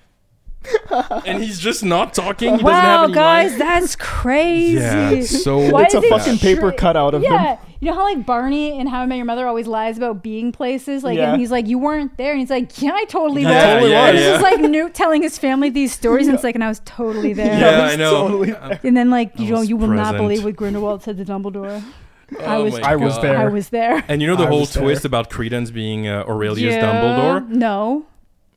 Speaker 1: and he's just not talking. He doesn't have
Speaker 3: Wow,
Speaker 1: any
Speaker 3: guys,
Speaker 1: lines. that's
Speaker 3: that's crazy.
Speaker 1: Yeah, so
Speaker 3: Why
Speaker 1: It's
Speaker 3: is
Speaker 1: a
Speaker 3: it
Speaker 1: fucking
Speaker 2: paper
Speaker 3: stra-
Speaker 2: cutout of
Speaker 3: yeah.
Speaker 2: him.
Speaker 3: You know how like Barney in How I Met Your Mother always lies about being places, like,
Speaker 2: Yeah.
Speaker 3: and he's like, "You weren't there," and he's like, "Yeah, I totally
Speaker 1: Yeah,
Speaker 3: was."
Speaker 1: totally was.
Speaker 3: And This is
Speaker 1: Yeah.
Speaker 3: like Newt telling his family these stories, and it's like, and I was totally there.
Speaker 1: yeah, I know. Uh,
Speaker 2: Totally.
Speaker 3: And then like you know,
Speaker 1: was
Speaker 3: you will not
Speaker 1: present.
Speaker 3: believe what Grindelwald said to Dumbledore. I
Speaker 1: Oh
Speaker 3: was
Speaker 1: my
Speaker 2: I was
Speaker 1: God.
Speaker 2: there.
Speaker 3: I was there.
Speaker 1: And you know the
Speaker 2: I
Speaker 1: whole
Speaker 2: was there.
Speaker 1: twist about Credence being uh, Aurelius Dumbledore.
Speaker 3: No.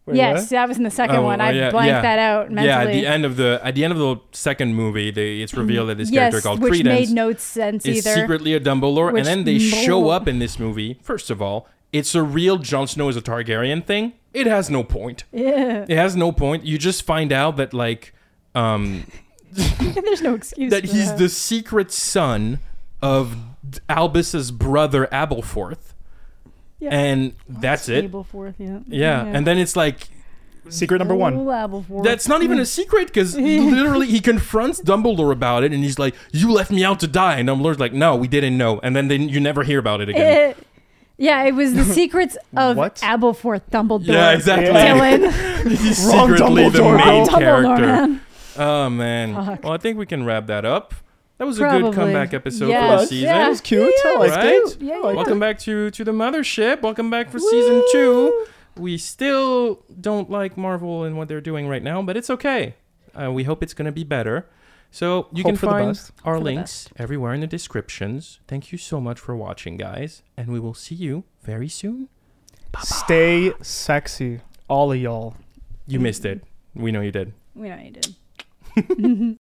Speaker 2: Wait,
Speaker 3: yes,
Speaker 2: what?
Speaker 3: that was in the second
Speaker 1: Oh,
Speaker 3: one. I
Speaker 1: yeah,
Speaker 3: blanked
Speaker 1: yeah.
Speaker 3: that out mentally.
Speaker 1: Yeah, at the end of the at the end of the second movie, they, it's revealed that this character
Speaker 3: Mm-hmm. yes,
Speaker 1: called
Speaker 3: which
Speaker 1: Credence
Speaker 3: made no sense
Speaker 1: is
Speaker 3: either.
Speaker 1: secretly a Dumbledore,
Speaker 3: Which
Speaker 1: and then they show
Speaker 3: no.
Speaker 1: up in this movie. First of all, it's a real Jon Snow is a Targaryen thing. It has no point.
Speaker 3: yeah.
Speaker 1: It has no point. You just find out that like um
Speaker 3: There's no excuse.
Speaker 1: that
Speaker 3: for
Speaker 1: he's the secret son of D- Albus's brother Aberforth,
Speaker 3: Yeah.
Speaker 1: and that's it.
Speaker 3: Abelforth, yeah.
Speaker 1: Yeah, and then it's like
Speaker 2: Secret number one.
Speaker 1: That's not even a secret because literally he confronts Dumbledore about it and he's like, You left me out to die. And Dumbledore's like, No, we didn't know. And then they, you never hear about it again.
Speaker 3: It, yeah, it was the secrets of
Speaker 2: What?
Speaker 3: Abelforth Dumbledore.
Speaker 1: yeah, exactly.
Speaker 2: Yeah.
Speaker 3: Dylan.
Speaker 1: he's
Speaker 2: Wrong
Speaker 1: secretly the
Speaker 2: Dumbledore,
Speaker 1: main
Speaker 2: Wrong
Speaker 3: Dumbledore,
Speaker 1: character.
Speaker 3: man.
Speaker 1: Oh, man. Well, I think we can wrap that up. That was a
Speaker 3: Probably.
Speaker 1: good comeback episode for the
Speaker 3: Yes.
Speaker 1: season.
Speaker 3: Yeah.
Speaker 2: That was cute. I liked
Speaker 1: Right?
Speaker 2: it.
Speaker 3: Yeah,
Speaker 2: I
Speaker 3: yeah.
Speaker 2: liked
Speaker 1: Welcome back to, to the mothership. Welcome back for season two. We still don't like Marvel and what they're doing right now, but it's okay. Uh, we hope it's going to be better. So you
Speaker 2: Hope
Speaker 1: can
Speaker 2: for the
Speaker 1: find
Speaker 2: best.
Speaker 1: our
Speaker 3: For the
Speaker 1: links everywhere in the descriptions. Thank you so much for watching, guys, and we will see you very soon.
Speaker 2: it. Stay sexy. all of y'all.
Speaker 1: You missed it. We know you did.
Speaker 3: We know you did.